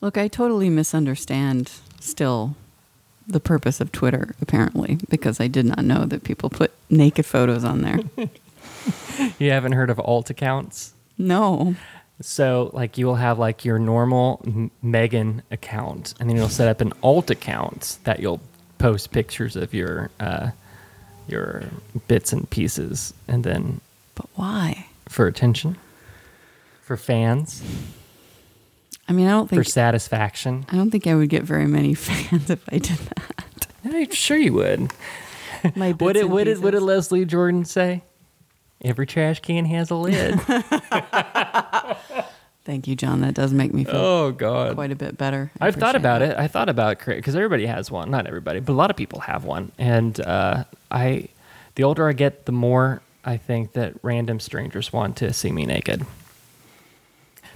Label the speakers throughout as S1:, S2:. S1: Look, I totally misunderstand still the purpose of Twitter, apparently, because I did not know that people put naked photos on there.
S2: You haven't heard of alt accounts?
S1: no.
S2: So, like, you will have like your normal M- Megan account, and then you'll set up an alt account that you'll post pictures of your uh, your bits and pieces, and then
S1: But why?
S2: for attention, for fans,
S1: I mean, I don't
S2: for
S1: think
S2: satisfaction.
S1: I don't think I would get very many fans if I did
S2: Yeah, sure, you would.
S1: that. My bits
S2: What did
S1: and
S2: what did what did
S1: pieces.
S2: Leslie Jordan say? Every trash can has a lid.
S1: Thank you, John. That does make me feel
S2: oh God.
S1: quite a bit better. I
S2: I've thought
S1: appreciate
S2: about it. I thought about create because everybody has one. Not everybody, but a lot of people have one. And uh, I, the older I get, the more I think that random strangers want to see me naked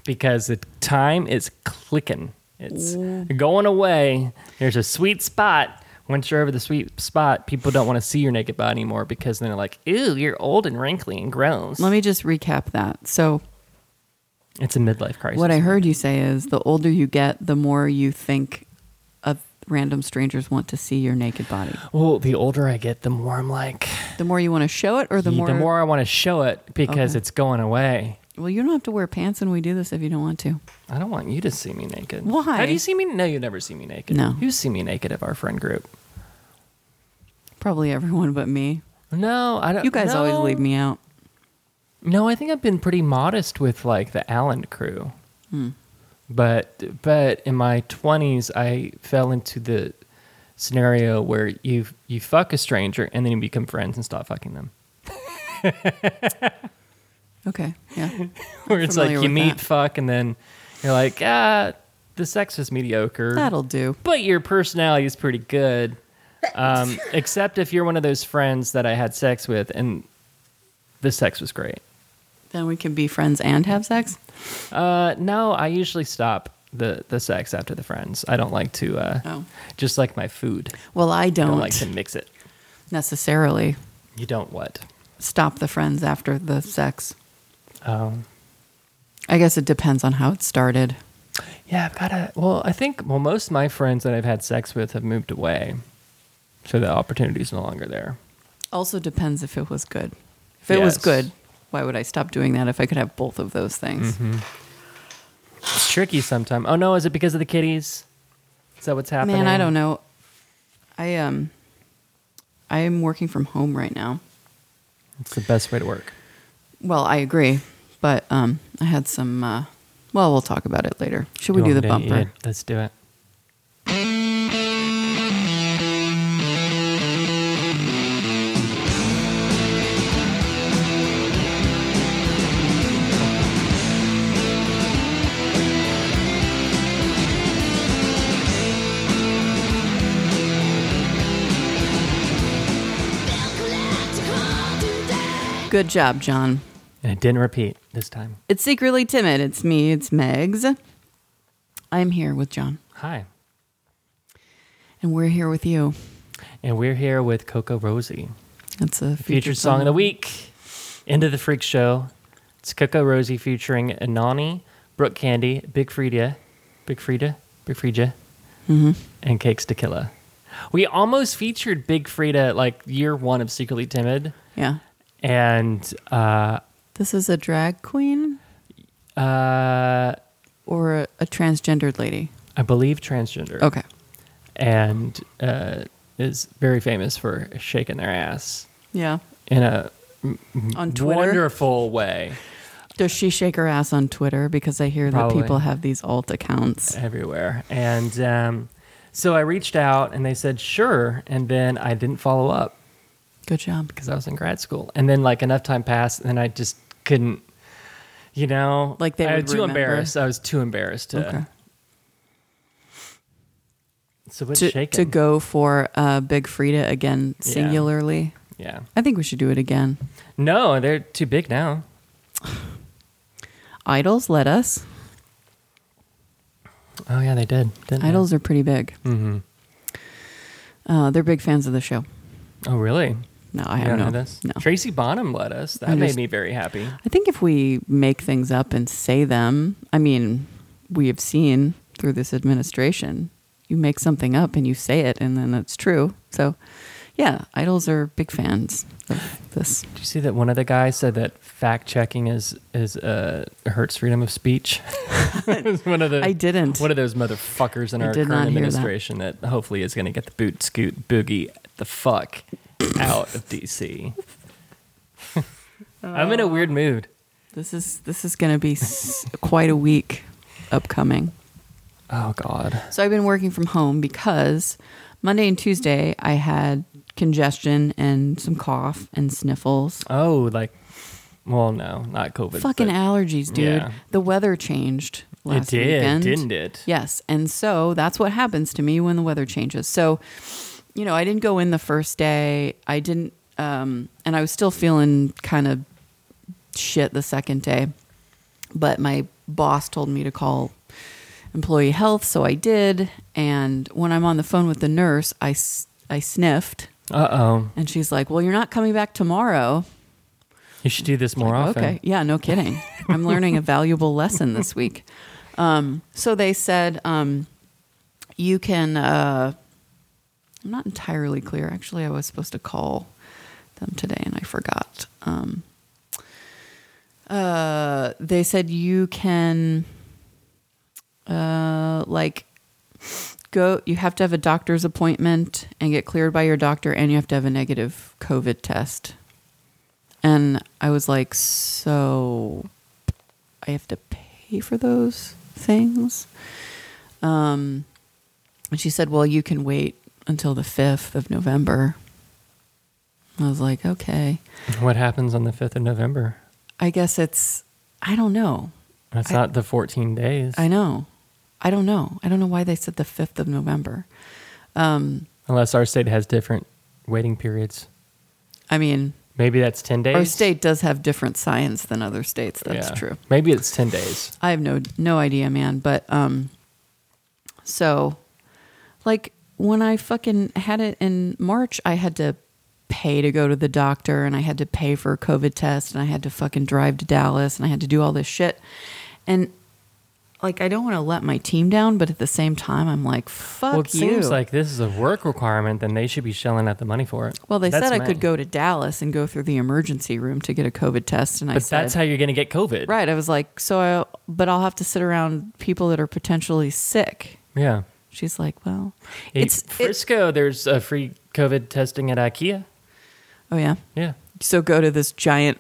S2: because the time is clicking. It's going away. There's a sweet spot. Once you're over the sweet spot, people don't want to see your naked body anymore because then they're like, "Ew, you're old and wrinkly and gross."
S1: Let me just recap that. So,
S2: it's a midlife crisis.
S1: what I heard you say is the older you get, the more you think of random strangers want to see your naked body.
S2: well, the older I get, the more I'm like,
S1: The more you want to show it, or the
S2: the
S1: more,
S2: more, I want to show it because
S1: Okay.
S2: it's going away.
S1: Well, you don't have to wear pants when we do this if you don't want to.
S2: I don't want you to see me naked.
S1: Why?
S2: Have you seen me? No, you never see me naked.
S1: No.
S2: You see me naked of our friend group.
S1: Probably everyone but me.
S2: No, I don't.
S1: You guys always
S2: Uh, no.
S1: leave me out.
S2: No, I think I've been pretty modest with like the Allen crew.
S1: Hmm.
S2: But but in my twenties, I fell into the scenario where you you fuck a stranger and then you become friends and stop fucking them.
S1: Okay. Yeah.
S2: Where it's like
S1: familiar
S2: you
S1: with
S2: meet
S1: that.
S2: fuck and then you're like ah the sex is mediocre.
S1: That'll do.
S2: but your personality is pretty good. Um, except if you're one of those friends that I had sex with and the sex was great.
S1: Then we can be friends and have sex.
S2: Uh, no, I usually stop the, the sex after the friends. I don't like to, uh,
S1: Oh.
S2: just like my food,
S1: Well, I
S2: I
S1: don't,
S2: don't like to mix it.
S1: necessarily
S2: You don't what?
S1: stop the friends after the sex.
S2: Um,
S1: I guess it depends on how it started.
S2: yeah, I've got to, well, I think, well, most of my friends that I've had sex with have moved away. So the opportunity's no longer there.
S1: Also depends if it was good. If it was
S2: Yes.
S1: good, why would I stop doing that if I could have both of those things?
S2: Mm-hmm. It's tricky sometimes. Oh no, is it because of the kitties? Is that what's happening?
S1: Man, I don't know. I um I am working from home right now.
S2: It's the best way to work.
S1: Well, I agree, but um I had some uh well, we'll talk about it later. Should we
S2: You
S1: do the
S2: want me to-
S1: bumper?
S2: yeah, let's do it.
S1: Good job, John.
S2: And it didn't repeat this time.
S1: It's secretly timid. It's me. It's Megs. I'm here with John,
S2: Hi.
S1: and we're here with you.
S2: And we're here with Coco Rosie.
S1: That's a
S2: Featured song of the week. End of the freak show. It's Coco Rosie featuring Anani, Brooke Candy, Big Frida, Big Frida, Big Frida,
S1: Mm-hmm.
S2: and Cakes Tequila. We almost featured Big Frida like year one of Secretly Timid.
S1: Yeah,
S2: And uh
S1: this is a drag queen
S2: uh
S1: or a, a transgendered lady.
S2: I believe transgender.
S1: Okay,
S2: And uh is very famous for shaking their ass
S1: yeah.
S2: in a
S1: On Twitter,
S2: wonderful way
S1: does she shake her ass on Twitter? Because I hear
S2: Probably.
S1: that people have these alt accounts.
S2: everywhere. And um, so I reached out and they said, sure. And then I didn't follow up
S1: Good job.
S2: because I was in grad school. And then like enough time passed and then I just couldn't, you know,
S1: Like they
S2: I
S1: would
S2: was too
S1: remember?
S2: embarrassed. I was too embarrassed to.
S1: Okay.
S2: So what's
S1: To,
S2: shaking?
S1: to go for uh, Big Frida again
S2: Yeah.
S1: singularly.
S2: Yeah.
S1: I think we should do it again.
S2: No, they're too big now.
S1: Idols let us.
S2: Oh yeah, they did. Didn't they?
S1: Idols are pretty big. Mm-hmm. Uh, they're big fans of the show.
S2: Oh really?
S1: No, I
S2: You
S1: have
S2: don't
S1: no.
S2: know this?
S1: No,
S2: Tracy Bonham let us. That
S1: I
S2: made
S1: just-
S2: me very happy.
S1: I think if we make things up and say them, I mean, we have seen through this administration. You make something up and you say it, and then it's true. So, yeah, idols are big fans of this.
S2: Do you see that one of the guys said that fact checking is is uh, hurts freedom of speech? It's one of the
S1: I didn't.
S2: one of those motherfuckers in
S1: I
S2: our
S1: did
S2: current
S1: not hear that.
S2: administration that. hopefully is going to get the boot scoot boogie the fuck out of DC. I'm in a weird mood.
S1: This is this is going to be s- quite a week upcoming.
S2: Oh God.
S1: So I've been working from home because Monday and Tuesday I had congestion and some cough and sniffles.
S2: Oh, like, well, no, not COVID.
S1: Fucking
S2: but
S1: allergies, dude.
S2: yeah.
S1: The weather changed
S2: It
S1: last
S2: did,
S1: weekend.
S2: didn't it?
S1: Yes. And so that's what happens to me when the weather changes. So, you know, I didn't go in the first day. I didn't, um, and I was still feeling kind of shit the second day. But my boss told me to call employee health. So I did. And when I'm on the phone with the nurse, I, s- I sniffed.
S2: Uh oh.
S1: And she's like, Well, you're not coming back tomorrow.
S2: You should do this more often.
S1: Okay. Yeah, no kidding. I'm learning a valuable lesson this week. Um, so they said um, you can. Uh, I'm not entirely clear. Actually, I was supposed to call them today and I forgot. Um, uh, they said you can, uh, like, go. You have to have a doctor's appointment and get cleared by your doctor, and you have to have a negative COVID test. And I was like, so I have to pay for those things? Um, and she said, well, you can wait until the 5th of November. I was like, okay.
S2: What happens on the 5th of November?
S1: I guess it's, I don't know.
S2: That's
S1: I-
S2: not the 14 days.
S1: I know. I don't know. I don't know why they said the 5th of November. Um,
S2: Unless our state has different waiting periods.
S1: I mean,
S2: Maybe that's 10 days.
S1: our state does have different science than other states. That's
S2: Yeah.
S1: true.
S2: Maybe it's 10 days.
S1: I have no no idea, man. But um, so like when I fucking had it in March, I had to pay to go to the doctor, and I had to pay for a COVID test, and I had to fucking drive to Dallas, and I had to do all this shit, and like I don't want to let my team down, but at the same time, I'm like, fuck
S2: well, it
S1: you.
S2: seems like this is a work requirement, then they should be shelling out the money for it.
S1: well, they
S2: That's
S1: said I
S2: May.
S1: could go to Dallas and go through the emergency room to get a COVID test, and I
S2: But
S1: said,
S2: that's how you're going to get COVID.
S1: right. I was like, so, I, but I'll have to sit around people that are potentially sick.
S2: Yeah.
S1: She's like, well,
S2: It-
S1: it's it-
S2: Frisco, there's a free COVID testing at IKEA.
S1: oh yeah.
S2: Yeah.
S1: So go to this giant.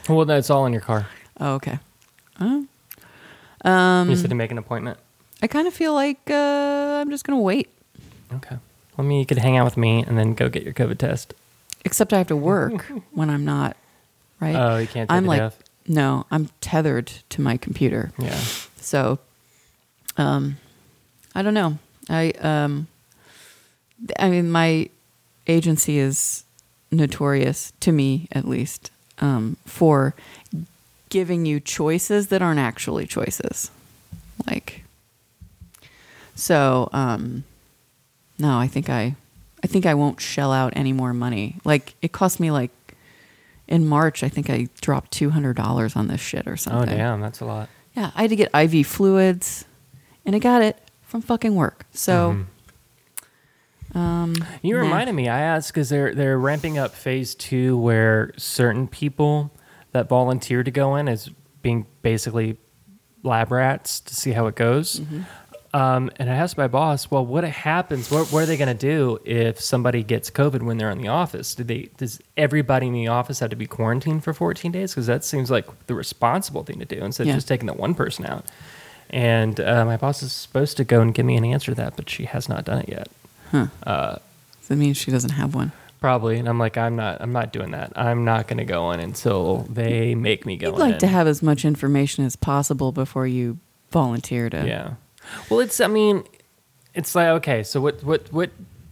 S2: Well, that's all in your car.
S1: oh okay. Um,
S2: you said to make an appointment.
S1: I kind of feel like uh, I'm just gonna wait.
S2: Okay. Well, I mean, you could hang out with me and then go get your COVID test.
S1: Except I have to work when I'm not. Right.
S2: Oh, you can't take
S1: I'm
S2: it
S1: like
S2: off.
S1: no, I'm tethered to my computer.
S2: Yeah.
S1: So, um, I don't know. I um, th- I mean, my agency is notorious to me, at least, um, for giving you choices that aren't actually choices. Like, so um, no, I think I, I think I won't shell out any more money. Like, it cost me like. In March, I think I dropped two hundred dollars on this shit or
S2: Oh,
S1: something.
S2: damn. That's a lot.
S1: Yeah, I had to get IV fluids, and I got it from fucking work.
S2: Mm-hmm.
S1: So, um,
S2: You
S1: nah.
S2: reminded me. I asked because they're they're ramping up phase two, where certain people that volunteer to go in as being basically lab rats to see how it goes.
S1: Mm-hmm.
S2: Um, and I asked my boss, "Well, what happens? What, what are they going to do if somebody gets COVID when they're in the office? Do they does everybody in the office have to be quarantined for 14 days? Because that seems like the responsible thing to do instead
S1: Yeah.
S2: of just taking the one person out." And uh, my boss is supposed to go and give me an answer to that, but she has not done it yet.
S1: huh. that means she doesn't have one.
S2: Probably, and I'm like, I'm not, I'm not doing that. I'm not gonna go in until they make me go
S1: You'd
S2: in.
S1: like to have as much information as possible before you volunteer to.
S2: yeah. Well, it's, I mean, it's like, okay, so what, what, what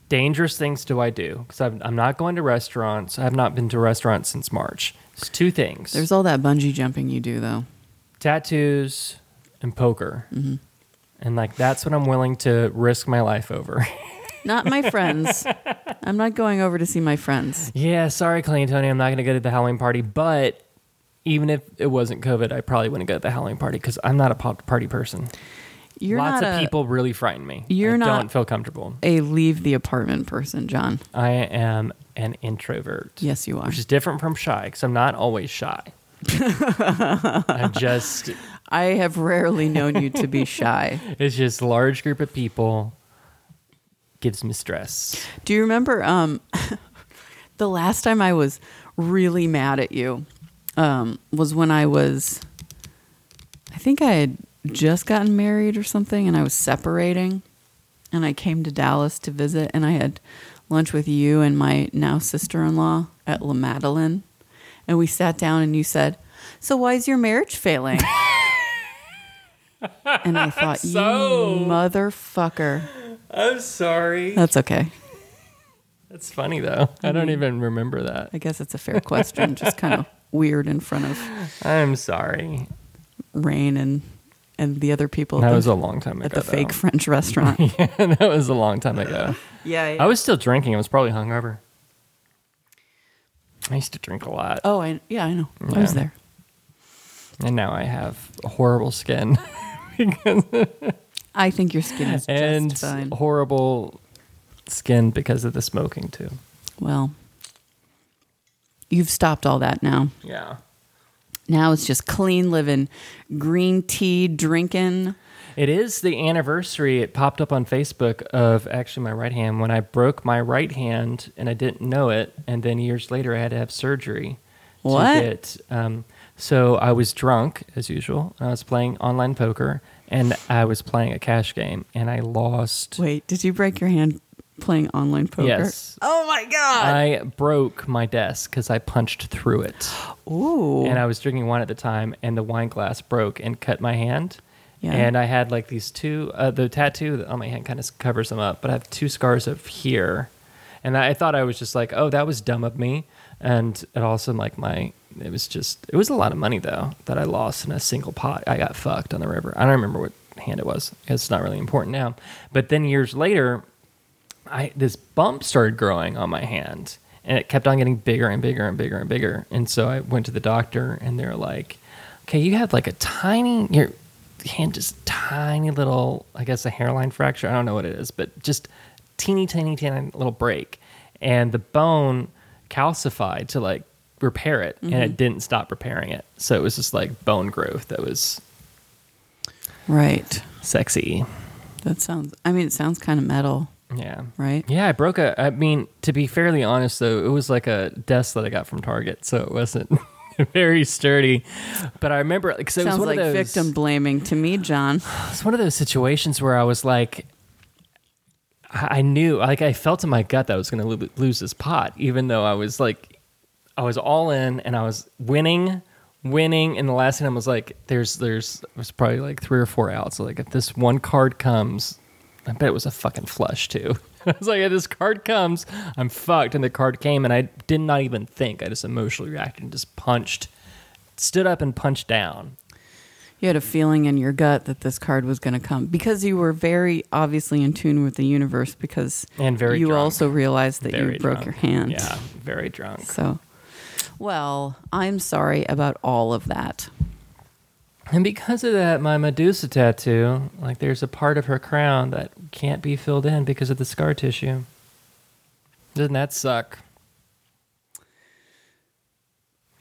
S2: dangerous things do I do? Because I'm, I'm not going to restaurants. I have not been to restaurants since March. It's two things:
S1: There's all that bungee jumping you do though.
S2: tattoos and poker,
S1: Mm-hmm.
S2: and like that's what I'm willing to risk my life over.
S1: Not my friends. I'm not going over to see my friends.
S2: yeah, sorry, Clay and Tony, I'm not gonna go to the Halloween party, but. Even if it wasn't COVID, I probably wouldn't go to the Halloween party because I'm not a pop- party person.
S1: You're
S2: Lots
S1: not
S2: of
S1: a-
S2: people really frighten me.
S1: You're
S2: I
S1: not-
S2: don't feel comfortable.
S1: A leave the apartment person, John.
S2: I am an introvert.
S1: Yes, you are.
S2: Which is different from shy because I'm not always shy. I just,
S1: I have rarely known you to be shy.
S2: it's just large group of people gives me stress.
S1: Do you remember um, the last time I was really mad at you um, was when I was, I think I had just gotten married or something and I was separating. And I came to Dallas to visit and I had lunch with you and my now sister in law at La Madeline. And we sat down and you said, So why is your marriage failing? and I thought,
S2: So-
S1: You motherfucker.
S2: I'm sorry.
S1: That's okay.
S2: That's funny though. I
S1: Mm-hmm.
S2: don't even remember that.
S1: I guess it's a fair question. just kind of weird in front of
S2: I'm sorry.
S1: Rain and and the other people
S2: That
S1: at,
S2: was
S1: the,
S2: a long time ago.
S1: at the
S2: though.
S1: fake French restaurant.
S2: that was a long time ago.
S1: yeah.
S2: I was still drinking. I was probably hungover. I used to drink a lot,
S1: oh, I yeah, I know. I was
S2: Yeah.
S1: there.
S2: and now I have horrible skin
S1: I think your skin is just
S2: and
S1: fine.
S2: horrible skin because of the smoking too.
S1: Well, you've stopped all that now.
S2: Yeah.
S1: Now it's just clean living, green tea drinking.
S2: It is the anniversary. It popped up on Facebook of actually my right hand when I broke my right hand and I didn't know it, and then years later I had to have surgery. to
S1: What?
S2: get, um, so I was drunk as usual. and I was playing online poker and I was playing a cash game and I lost.
S1: Wait, did you break your hand playing online poker?
S2: Yes.
S1: Oh my god.
S2: I broke my desk because I punched through it,
S1: Ooh.
S2: and I was drinking wine at the time, and the wine glass broke and cut my hand.
S1: Yeah.
S2: And I had like these two. Uh, the tattoo on my hand kind of covers them up, but I have two scars up here, and I, I thought I was just like, oh, that was dumb of me, and it also like my. It was just. It was a lot of money though that I lost in a single pot. I got fucked on the river. I don't remember what hand it was. It's not really important now. But then years later, I this bump started growing on my hand, and it kept on getting bigger and bigger and bigger and bigger. And so I went to the doctor, and they're like, "Okay, you have like a tiny your hand, just tiny little, I guess a hairline fracture. I don't know what it is, but just teeny, tiny, tiny little break, and the bone calcified to like." repair it and it didn't stop repairing it so it was just like bone growth that was
S1: right.
S2: sexy
S1: That sounds I mean it sounds kind of metal,
S2: yeah
S1: right?
S2: Yeah, I broke a. I mean, to be fairly honest, though, it was like a desk that I got from Target, so it wasn't very sturdy. But I remember, like, so it was
S1: Sounds
S2: one
S1: like
S2: of those.
S1: victim blaming to me, John.
S2: It's one of those situations where I was like, I I knew, like, I felt in my gut that I was going to lo- lose this pot, even though I was like, I was all in and I was winning, winning. And the last thing I was like, there's, there's, it was probably like three or four outs. So, like, if this one card comes, I bet it was a fucking flush too. I was like, if this card comes, I'm fucked. And the card came, and I did not even think. I just emotionally reacted and just punched, stood up and punched down.
S1: You had a feeling in your gut that this card was going to come because you were very obviously in tune with the universe because
S2: And very
S1: you
S2: drunk.
S1: also realized that you broke
S2: drunk.
S1: your hand.
S2: Yeah, very drunk.
S1: So, well, I'm sorry about all of that.
S2: And because of that, my Medusa tattoo, like there's a part of her crown that can't be filled in because of the scar tissue. Doesn't that suck?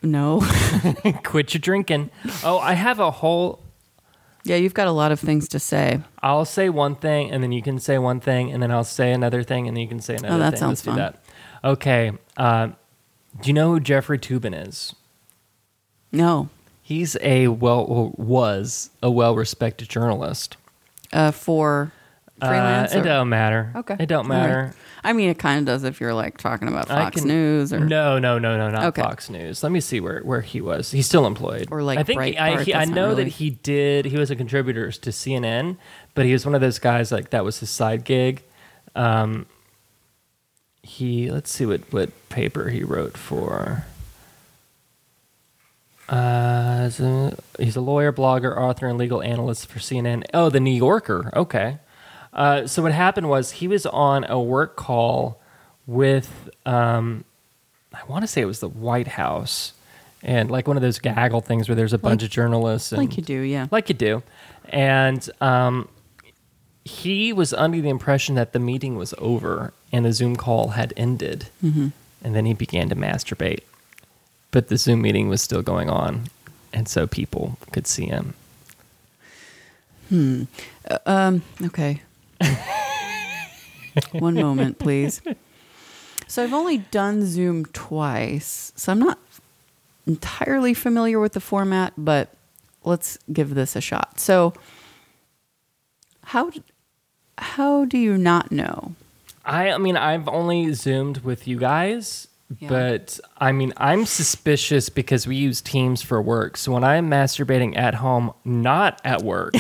S1: No.
S2: Quit your drinking. Oh, I have a whole.
S1: yeah, you've got a lot of things to say.
S2: I'll say one thing, and then you can say one thing, and then I'll say another thing, and then you can say another
S1: Oh, that
S2: thing.
S1: sounds
S2: Let's
S1: fun.
S2: do that. Okay. Uh, do you know who Jeffrey Tubin is?
S1: No.
S2: He's a well, well was a well-respected journalist.
S1: Uh, for freelance.
S2: Uh, it
S1: or-
S2: don't matter.
S1: Okay.
S2: It don't
S1: All right.
S2: matter.
S1: I mean, it kind of does if you're like talking about
S2: I
S1: Fox
S2: can-
S1: News or
S2: no, no, no, no, not
S1: Okay.
S2: Fox News. Let me see where, where he was. He's still employed.
S1: Or, like,
S2: I think I,
S1: Breitbart,
S2: he, I
S1: that's not
S2: know that
S1: really-
S2: he did. He was a contributor to CNN, but he was one of those guys like that was his side gig. Um, he let's see what what paper he wrote for. Uh, is a- he's a lawyer, blogger, author, and legal analyst for CNN. Oh, the New Yorker. Okay. Uh, so what happened was he was on a work call with, um, I want to say it was the White House, and like one of those gaggle things where there's a bunch
S1: Like-
S2: of journalists. And,
S1: like you do. Yeah.
S2: like you do. And um, he was under the impression that the meeting was over and the Zoom call had ended.
S1: Mm-hmm.
S2: And then he began to masturbate. But the Zoom meeting was still going on. And so people could see him.
S1: Okay. One moment, please. So I've only done Zoom twice, so I'm not entirely familiar with the format, but let's give this a shot. So how how do you not know?
S2: I, I mean, I've only Zoomed with you guys,
S1: Yeah.
S2: but I mean, I'm suspicious because we use Teams for work. So when I'm masturbating at home, not at work,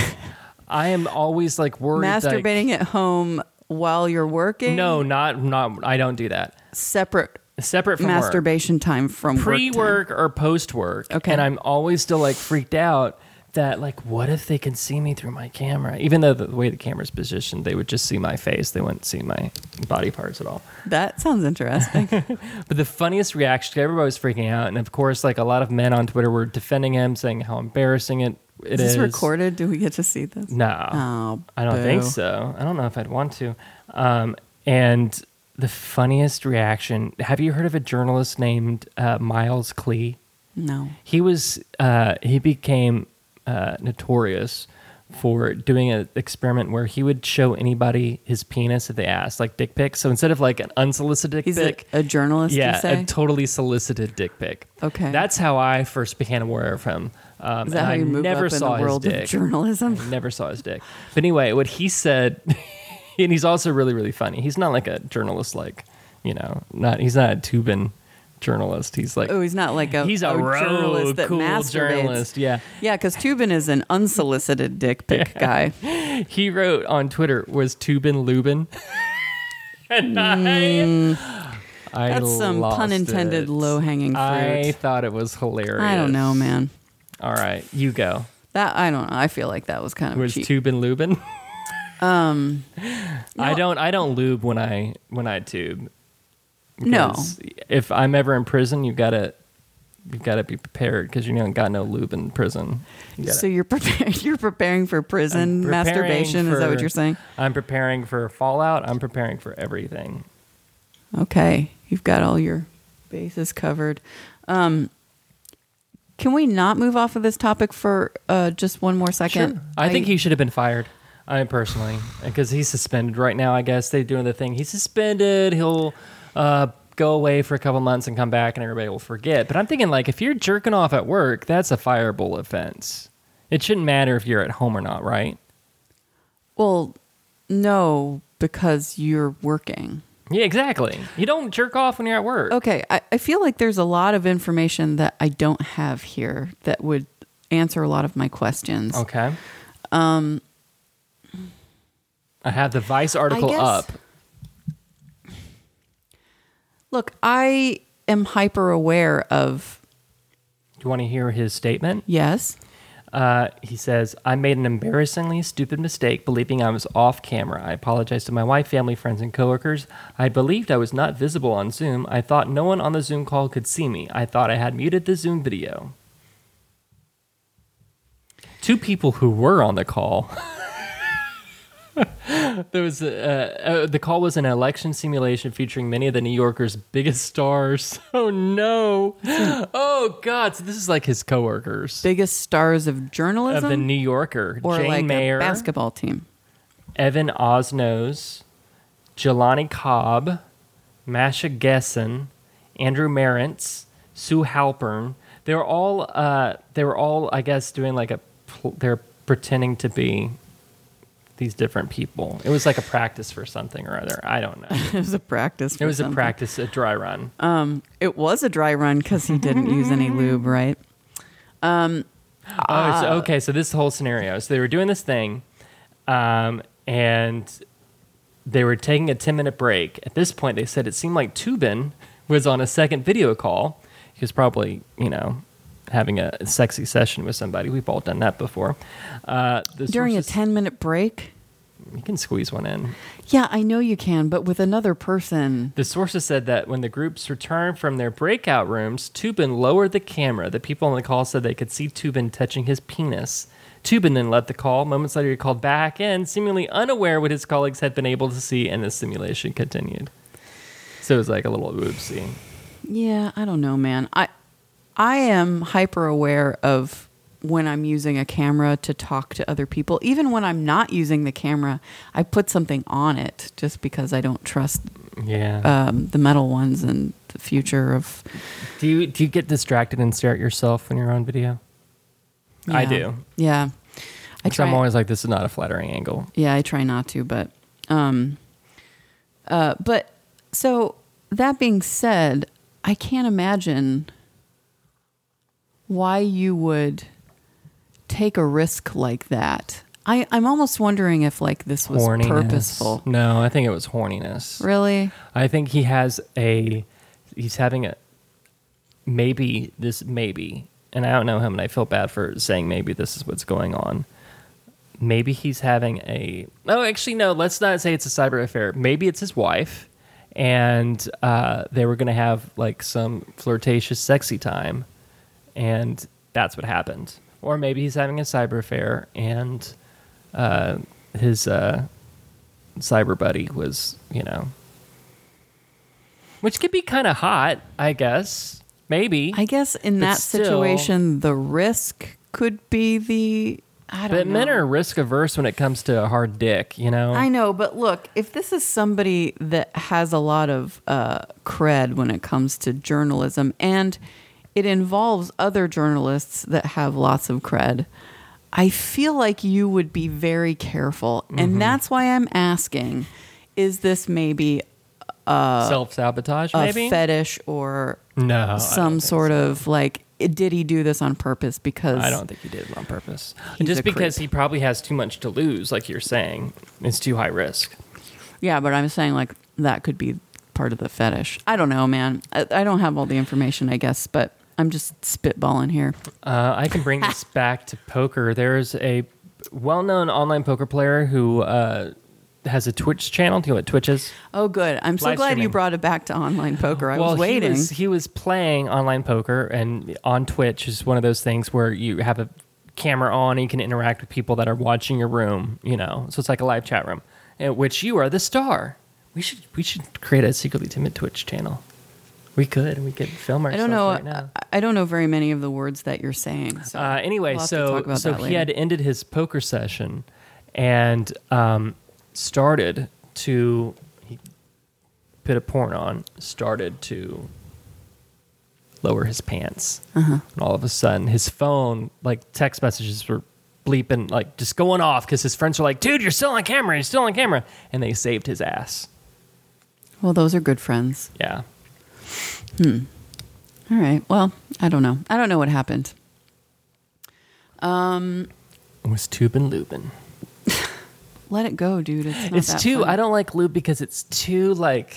S2: I am always like worried. like,
S1: Masturbating at home while you're working?
S2: no, not not. I don't do that.
S1: Separate
S2: Separate from work.
S1: masturbation time from work time.
S2: pre-work or post-work
S1: Okay.
S2: and i'm always still like freaked out that like what if they can see me through my camera even though the way the camera's positioned they would just see my face they wouldn't see my body parts at all
S1: That sounds interesting.
S2: but the funniest reaction everybody was freaking out and of course like a lot of men on twitter were defending him saying how embarrassing it it
S1: Is
S2: is.
S1: this recorded? Do we get to see this?
S2: no
S1: Oh,
S2: I don't think
S1: boo.
S2: so. I don't know if I'd want to. Um, and the funniest reaction have you heard of a journalist named uh, Miles Klee?
S1: No.
S2: He was uh, he became uh, notorious for doing an experiment where he would show anybody his penis if they asked, like dick pics. So instead of like an unsolicited
S1: He's a,
S2: dick pic,
S1: a journalist, you
S2: yeah,
S1: say?
S2: a totally solicited dick pic.
S1: Okay.
S2: that's how I first became aware of him. Um,
S1: Is that
S2: and
S1: how
S2: I
S1: you move
S2: never
S1: up in
S2: saw
S1: the world
S2: his
S1: of
S2: dick.
S1: journalism?
S2: Never saw his dick. But anyway, what he said, and he's also really, really funny. He's not like a journalist, like you know, not he's not a Tubin journalist. He's like
S1: Oh, he's not like a
S2: he's a, rogue,
S1: journalist that
S2: cool
S1: masturbates.
S2: journalist. Yeah,
S1: Yeah, because Tubin is an unsolicited dick pic guy.
S2: he wrote on Twitter was Tubin Lubin. and I, I
S1: Mm. That's some pun
S2: lost
S1: intended
S2: it.
S1: low hanging fruit.
S2: I
S1: I,
S2: thought it was hilarious.
S1: don't know, man.
S2: All right, you go.
S1: That I don't know. I feel like that was kind of
S2: Was
S1: cheap.
S2: tubing lubin?
S1: um,
S2: I
S1: No.
S2: don't. I don't lube when I when I tube.
S1: No.
S2: Because If I'm ever in prison, you gotta you gotta be prepared because you don't got no lube in prison. You gotta-
S1: so you're preparing you're preparing for prison
S2: preparing
S1: masturbation. is that what
S2: for-
S1: you're saying?
S2: I'm preparing for Fallout. I'm preparing for everything.
S1: Okay, you've got all your bases covered. Um, can we not move off of this topic for uh, just one more second?
S2: I, think he should have been fired. I personally, because he's suspended right now. I guess they're doing the thing. He's suspended. He'll uh, go away for a couple months and come back, and everybody will forget. But I'm thinking, like, if you're jerking off at work, that's a fireable offense. It shouldn't matter if you're at home or not, right?
S1: Well, no, because you're working.
S2: Yeah, exactly. You don't jerk off when you're at work.
S1: Okay, I, I feel like there's a lot of information that I don't have here that would answer a lot of my questions.
S2: Okay. Um, I have the Vice article
S1: guess-
S2: up.
S1: Look, I am hyper aware of,
S2: Do you want to hear his statement?
S1: yes,
S2: Uh, he says, I made an embarrassingly stupid mistake believing I was off camera. I apologize to my wife, family, friends, and coworkers. I believed I was not visible on Zoom. I thought no one on the Zoom call could see me. I thought I had muted the Zoom video. Two people who were on the call. there was uh, uh, the call was an election simulation featuring many of the New Yorker's biggest stars. Oh no! Oh god! So this is like his coworkers
S1: biggest stars of
S2: of
S1: journalism
S2: the New Yorker,
S1: or
S2: Jane
S1: like
S2: Mayer,
S1: a basketball team.
S2: Evan Osnos, Jelani Cobb, Masha Gessen, Andrew Marantz, Sue Halpern. They were all uh, they were all I guess doing like a pl- they're pretending to be these different people. It was like a practice for something or other. I don't know.
S1: it was a practice.
S2: It
S1: for
S2: was a
S1: something.
S2: practice, a dry run.
S1: Um, it was a dry run because he didn't use any lube, right?
S2: Oh, so,
S1: Uh,
S2: okay. So this whole scenario. So they were doing this thing, um, and they were taking a ten minute break. At this point, they said it seemed like Tubin was on a second video call. He was probably, you know, having a sexy session with somebody. We've all done that before. Uh, this
S1: During a
S2: was just-
S1: 10 minute break?
S2: you can squeeze one in.
S1: Yeah, I know you can, but with another person.
S2: The sources said that when the groups returned from their breakout rooms, Tubin lowered the camera. The people on the call said they could see Tubin touching his penis. Tubin led the call. Moments later, he called back in, seemingly unaware what his colleagues had been able to see, and the simulation continued. So it was like a little oopsie.
S1: Yeah, I don't know, man. I I am hyper aware of when I'm using a camera to talk to other people. Even when I'm not using the camera, I put something on it just because I don't trust
S2: Yeah.
S1: um, the metal ones and the future of.
S2: do you do you get distracted and stare at yourself when you're on video? I
S1: Yeah.
S2: do.
S1: Yeah, I
S2: 'Cause I'm always like, this is not a flattering angle.
S1: Yeah, I try not to, but um uh but so that being said, I can't imagine why you would take a risk like that. I I'm almost wondering if like this was
S2: horniness.
S1: purposeful.
S2: No, I think it was horniness.
S1: Really?
S2: I think he has a he's having a maybe this maybe and I don't know him and I feel bad for saying maybe this is what's going on. Maybe he's having a oh actually no, let's not say it's a cyber affair. Maybe it's his wife and uh, they were gonna have like some flirtatious sexy time and that's what happened. Or maybe he's having a cyber affair and uh, his uh, cyber buddy was, you know, which could be kind of hot, I guess. Maybe.
S1: I guess in
S2: But
S1: that
S2: still-
S1: situation the risk could be the I don't
S2: but
S1: know.
S2: men are risk averse when it comes to a hard dick, you know?
S1: I know, but look, if this is somebody that has a lot of uh, cred when it comes to journalism and it involves other journalists that have lots of cred, I feel like you would be very careful.
S2: Mm-hmm.
S1: And that's why I'm asking is this maybe
S2: Self sabotage,
S1: Uh, a
S2: maybe?
S1: fetish or
S2: no. I don't
S1: some
S2: think
S1: sort of like, did he do this on purpose? Because
S2: I don't think he did it on purpose.
S1: He's
S2: Just
S1: a
S2: because
S1: creep.
S2: he probably has too much to lose, like you're saying, it's too high risk.
S1: Yeah, but I'm saying like that could be part of the fetish. I don't know, man. I, I don't have all the information, I guess, but I'm just spitballing here.
S2: Uh, I can bring this back to poker. There's a well-known online poker player who uh, has a Twitch channel. Do you know what Twitch is?
S1: Oh, good. I'm so
S2: Live
S1: glad you
S2: streaming.
S1: brought it back to online poker. I
S2: well,
S1: was waiting.
S2: He was, he was playing online poker, and on Twitch is one of those things where you have a camera on and you can interact with people that are watching your room. You know, so it's like a live chat room, in which you are the star. We should we should create a secretly timid Twitch channel. We could, and we could film
S1: I
S2: ourselves
S1: don't know.
S2: right now.
S1: I, I don't know very many of the words that you're saying. So
S2: Uh, anyway,
S1: we'll have to
S2: so
S1: talk about
S2: so
S1: that
S2: he
S1: later.
S2: had ended his poker session and um, started to he put a porn on, started to lower his pants,
S1: Uh-huh.
S2: and all of a sudden his phone like text messages were bleeping like just going off because his friends were like, "Dude, you're still on camera, you're still on camera," and they saved his ass.
S1: well, those are good friends.
S2: Yeah,
S1: All right. Well, I don't know. I don't know what happened.
S2: it was Tubin Lubin.
S1: Let it go, dude. It's, not
S2: it's
S1: that
S2: too
S1: funny.
S2: i don't like lube because it's too like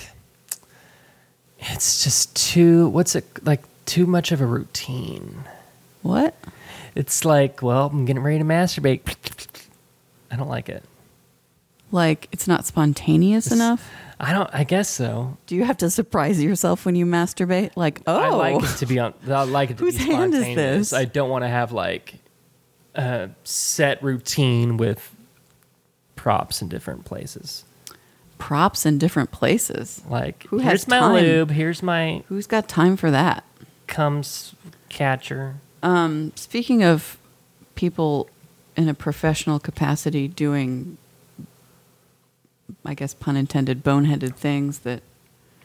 S2: it's just too what's it like too much of a routine
S1: What?
S2: it's like well i'm getting ready to masturbate i don't like it
S1: Like it's not spontaneous enough.
S2: i don't i guess so
S1: Do you have to surprise yourself when you masturbate? Like, oh,
S2: i like it to be on i like it to
S1: Whose
S2: be
S1: hand is
S2: spontaneous
S1: this?
S2: i don't want to have like a set routine with props in different places
S1: props in different places.
S2: like
S1: Who
S2: here's
S1: has
S2: my
S1: time?
S2: lube here's my
S1: Who's got time for that?
S2: comes catcher
S1: Um, speaking of people in a professional capacity doing, I guess, pun intended, boneheaded things that,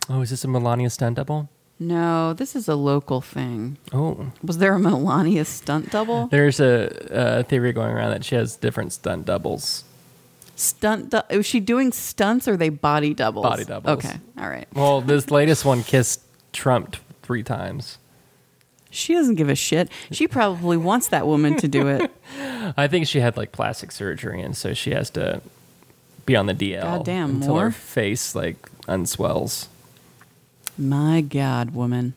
S2: oh is this a melania stunt double
S1: no, this is a local thing.
S2: oh
S1: Was there a Melania stunt double?
S2: There's a, a theory going around that she has different stunt doubles.
S1: Stunt, du- was she doing stunts or they body doubles?
S2: Body doubles.
S1: Okay, all right.
S2: Well, this latest one kissed Trump t- three times.
S1: She doesn't give a shit. She probably wants that woman to do it.
S2: I think she had like plastic surgery, and so she has to be on the DL
S1: Goddamn,
S2: until
S1: more?
S2: her face like unswells.
S1: My God, woman.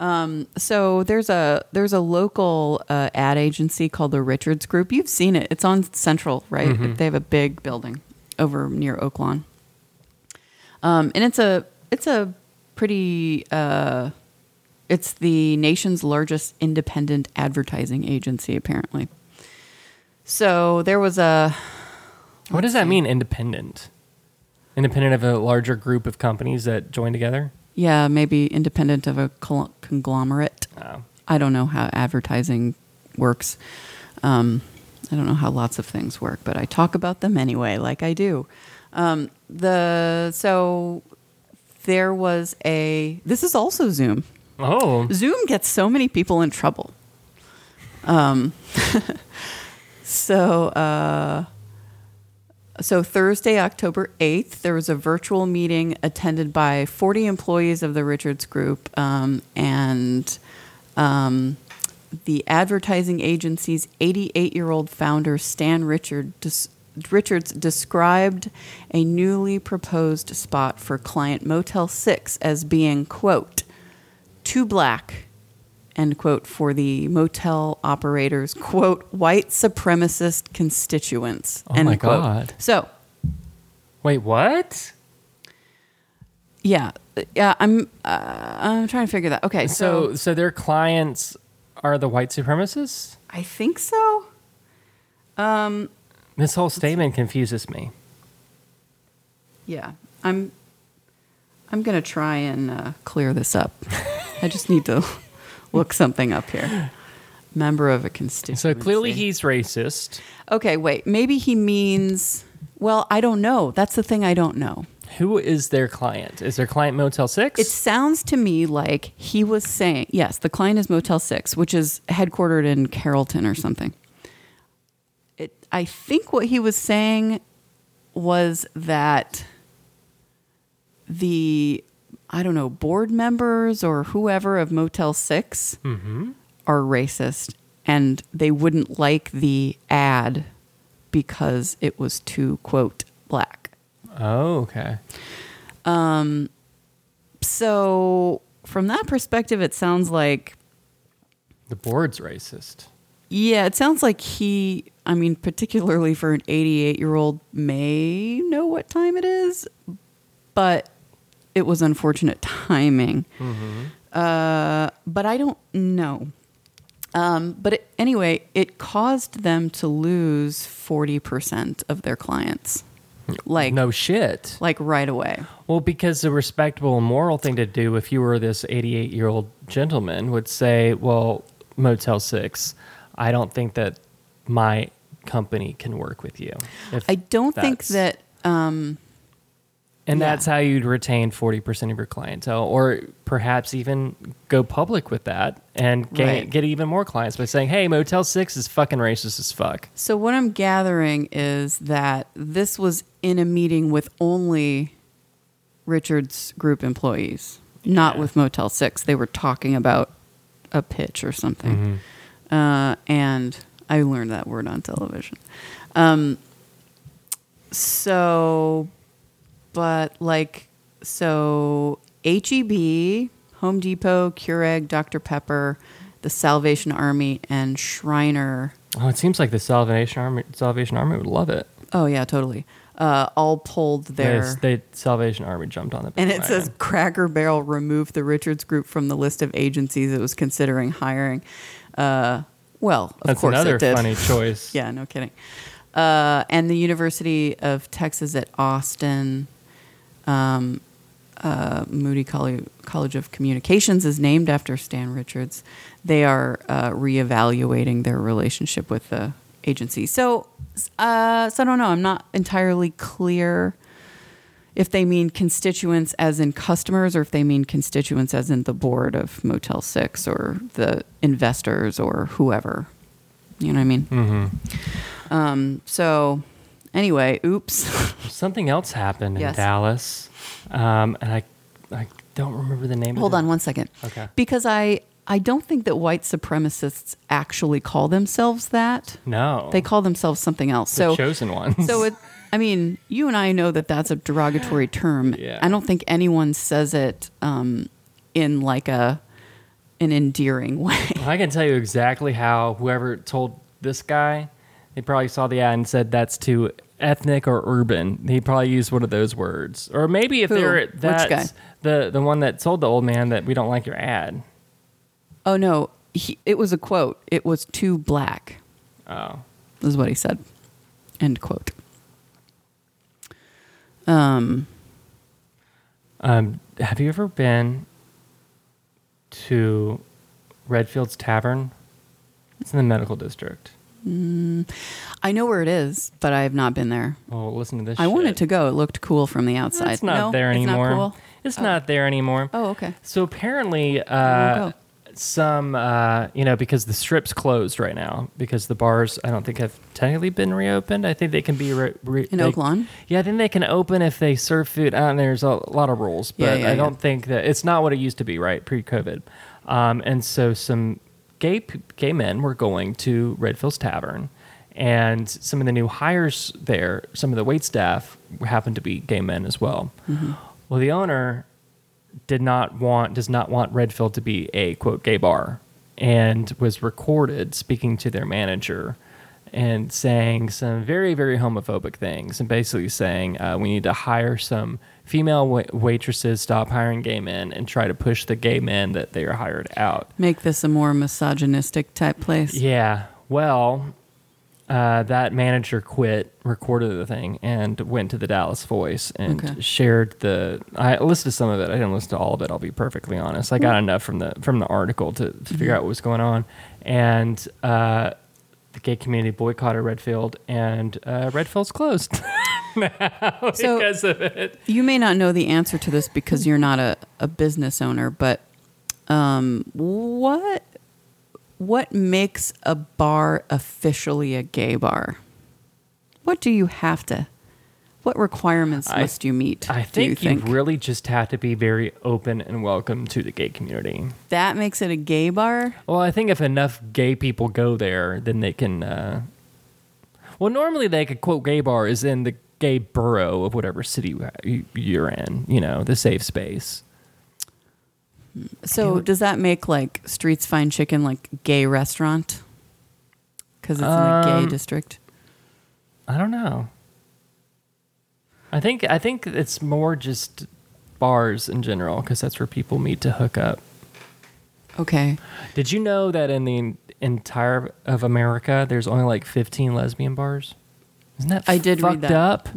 S1: Um, so there's a there's a local uh, ad agency called the Richards Group. You've seen it. It's on Central, right? They have a big building over near Oaklawn, um, and it's a it's a pretty uh, it's the nation's largest independent advertising agency, apparently. So there was a
S2: What does that mean, independent? Independent of a larger group of companies that join together?
S1: yeah maybe independent of a col- conglomerate.
S2: Oh.
S1: I don't know how advertising works. Um, I don't know how lots of things work, but I talk about them anyway, like I do. Um, the so there was a. This is also Zoom.
S2: Oh.
S1: Zoom gets so many people in trouble. Um, so uh, so Thursday, October eighth, there was a virtual meeting attended by forty employees of the Richards Group um, and um, the advertising agency's eighty-eight-year-old founder Stan Richard. Des- Richards described a newly proposed spot for client Motel 6 as being, quote, too black, end quote, for the motel operators, quote, white supremacist constituents,
S2: Oh
S1: end
S2: my
S1: quote.
S2: God.
S1: So,
S2: Wait, what?
S1: yeah, yeah, I'm, uh, I'm trying to figure that. Okay, so,
S2: So, so their clients are the white supremacists?
S1: I think so.
S2: This whole statement confuses me.
S1: Yeah, I'm, I'm gonna try and uh, clear this up. I just need to look something up here. Member of a constituency.
S2: So clearly he's racist.
S1: Okay, wait. Maybe he means. Well, I don't know. That's the thing I don't know.
S2: Who is their client? Is their client Motel 6?
S1: It sounds to me like he was saying, yes, the client is Motel 6, which is headquartered in Carrollton or something. It, I think what he was saying was that the, I don't know, board members or whoever of Motel 6 are racist and they wouldn't like the ad because it was too, quote, black.
S2: oh, okay.
S1: So, from that perspective, it sounds like
S2: The board's racist.
S1: Yeah, it sounds like he, I mean, particularly for an 88 year old, may know what time it is, but it was unfortunate timing.
S2: Mm-hmm.
S1: Uh, but I don't know. Um, but it, anyway, it caused them to lose 40% of their clients. Like,
S2: no shit.
S1: like right away.
S2: Well, because the respectable and moral thing to do if you were this 88 year old gentleman would say, well, Motel 6, I don't think that my company can work with you. If
S1: I don't think
S2: that's-
S1: that
S2: And
S1: yeah.
S2: that's how you'd retain 40% of your clientele, or perhaps even go public with that and gain,
S1: Right.
S2: get even more clients by saying, hey, Motel 6 is fucking racist as fuck.
S1: So what I'm gathering is that this was in a meeting with only Richard's group employees, not with Motel Six. They were talking about a pitch or something, uh, and I learned that word on television. Um, so, but like, so HEB, Home Depot, Keurig, Dr Pepper, the Salvation Army, and Shriner.
S2: Oh, it seems like the Salvation Army, Salvation Army would love it.
S1: Oh yeah, totally. Uh, all pulled
S2: They,
S1: their
S2: they- Salvation Army jumped on the
S1: and it
S2: bandwagon.
S1: says Cracker Barrel removed the Richards Group from the list of agencies it was considering hiring. Uh, well, of
S2: That's
S1: course
S2: another
S1: it did.
S2: funny choice.
S1: yeah, no kidding. Uh, and the University of Texas at Austin, um, uh, Moody Colle- College of Communications is named after Stan Richards. They are uh, reevaluating their relationship with the agency. So, uh, so I don't know. I'm not entirely clear if they mean constituents as in customers or if they mean constituents as in the board of Motel 6 or the investors or whoever. You know what I mean? Um, so, anyway, oops.
S2: Something else happened
S1: Yes.
S2: in Dallas, um, and I, I don't remember the name.
S1: Hold
S2: of
S1: on
S2: it.
S1: one second.
S2: Okay.
S1: Because I, I don't think that white supremacists actually call themselves that.
S2: No,
S1: They call themselves something else.
S2: the
S1: so,
S2: chosen ones.
S1: So it, I mean, you and I know that that's a derogatory term.
S2: Yeah.
S1: I don't think anyone says it um, in like a an endearing way.
S2: I can tell you exactly how whoever told this guy, they probably saw the ad and said that's too ethnic or urban. He probably used one of those words, or maybe if
S1: Who?
S2: they're
S1: Which
S2: that's
S1: guy?
S2: the the one that told the old man that we don't like your ad.
S1: Oh no, he, it was a quote. It was too black.
S2: Oh,
S1: is what he said. End quote. Um,
S2: Um, have you ever been to Redfield's Tavern? It's in the medical district.
S1: I know where it is, but I have not been there.
S2: Well, listen to this.
S1: I wanted
S2: shit.
S1: to go. It looked cool from the outside.
S2: It's not
S1: No,
S2: there anymore.
S1: It's not cool.
S2: It's not there anymore.
S1: Oh, okay.
S2: So apparently,
S1: I
S2: uh,
S1: won't
S2: some uh, you know because the strip's closed right now because the bars I don't think have technically been reopened. I think they can be re- re-
S1: In
S2: they-
S1: Oaklawn?
S2: Yeah, I think they can open if they serve food. Uh, there's a lot of rules, but
S1: Yeah, yeah,
S2: I
S1: yeah.
S2: don't think that it's not what it used to be, right? Pre-COVID, um, and so some gay p- gay men were going to Redfield's Tavern, and some of the new hires there, some of the wait staff happened to be gay men as well.
S1: Mm-hmm.
S2: Well, the owner did not want does not want Redfield to be a quote gay bar and was recorded speaking to their manager and saying some very very homophobic things and basically saying uh, we need to hire some female wa- waitresses stop hiring gay men and try to push the gay men that they are hired out
S1: Make this a more misogynistic type place.
S2: yeah. Well, uh, that manager quit, recorded the thing, and went to the Dallas Voice and
S1: Okay.
S2: shared the. I listened to some of it. I didn't listen to all of it. I'll be perfectly honest. I
S1: Mm-hmm.
S2: got enough from the from the article to, to figure out what was going on, and uh, the gay community boycotted Redfield, and uh, Redfield's closed
S1: So-
S2: because of it.
S1: You may not know the answer to this because you're not a, a business owner, but um, what what makes a bar officially a gay bar? What do you have to? What requirements
S2: I-
S1: must you meet?
S2: I
S1: do you
S2: think you, really just have to be very open and welcome to the gay community.
S1: that makes it a gay bar.
S2: Well, I think if enough gay people go there, then they can. Uh, well, normally they could quote gay bar is in the gay borough of whatever city you- you- you're in. You know, the safe space.
S1: So does that make like Streets Fine Chicken like gay restaurant? Because it's in the gay
S2: Um,
S1: district.
S2: I don't know. I think I think it's more just bars in general because that's where people meet to hook up.
S1: Okay.
S2: Did you know that in the entire of America, there's only like 15 lesbian bars? Isn't that
S1: I did read
S2: fucked
S1: that.
S2: up?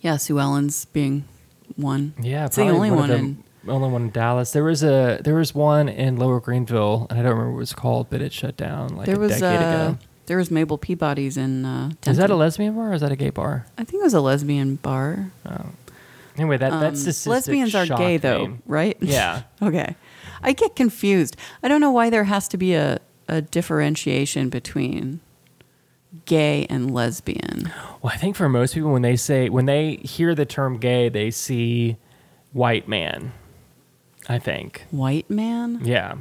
S1: Yeah, Sue Ellen's being one.
S2: Yeah,
S1: it's the
S2: probably
S1: only
S2: of
S1: one
S2: the
S1: in
S2: only one in Dallas. There was a there was one in Lower Greenville, and I don't remember what it was called, but it shut down like
S1: there
S2: a
S1: was
S2: decade
S1: uh,
S2: ago.
S1: there was Mabel Peabody's in. Uh,
S2: Is that a
S1: Denton.
S2: lesbian bar or is that a gay bar?
S1: I think it was a lesbian bar.
S2: Anyway, that Oh, that's
S1: Um,
S2: just
S1: lesbians are gay though, right?
S2: Yeah.
S1: okay. I get confused. I don't know why there has to be a, a differentiation between gay and lesbian.
S2: Well, I think for most people, when they say when they hear the term gay, they see white man. I think.
S1: White man.
S2: Yeah,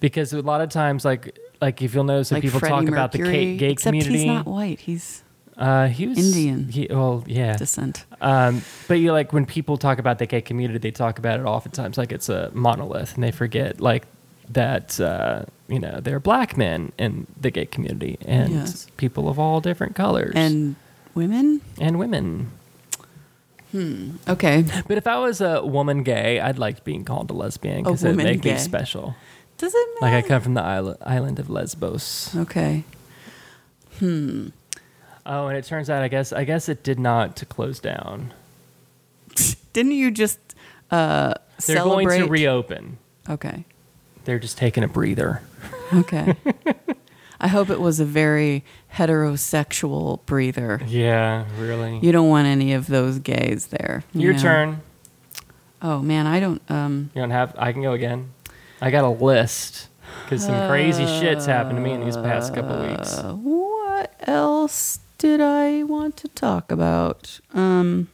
S2: because a lot of times, like like if you'll notice, that
S1: Like
S2: people
S1: Freddie
S2: talk
S1: Mercury,
S2: about the gay, gay
S1: except
S2: community.
S1: he's not white. He's
S2: uh, he was
S1: Indian.
S2: He, well, yeah.
S1: descent.
S2: Um, but you like when people talk about the gay community, they talk about it oftentimes like it's a monolith, and they forget like that uh, you know there are black men in the gay community and
S1: Yes.
S2: people of all different colors
S1: And women.
S2: and women.
S1: Okay.
S2: But if I was a woman gay, I'd like being called a lesbian
S1: A
S2: because it
S1: woman
S2: make
S1: gay.
S2: me special.
S1: Does it
S2: Like
S1: matter?
S2: I come from the isle- island of Lesbos.
S1: Okay.
S2: Oh, and it turns out I guess I guess it did not close down.
S1: Didn't you just uh,
S2: They're
S1: celebrate?
S2: going to reopen.
S1: okay.
S2: They're just taking a breather.
S1: Okay. I hope it was a very heterosexual breather.
S2: Mm-hmm. Yeah, really.
S1: You don't want any of those gays there. you
S2: Your
S1: know?
S2: turn.
S1: Oh man, I don't. Um,
S2: You don't have. I can go again. I got a list because some crazy shits happened to me in these past couple weeks.
S1: uh, what else did I want to talk about? Um,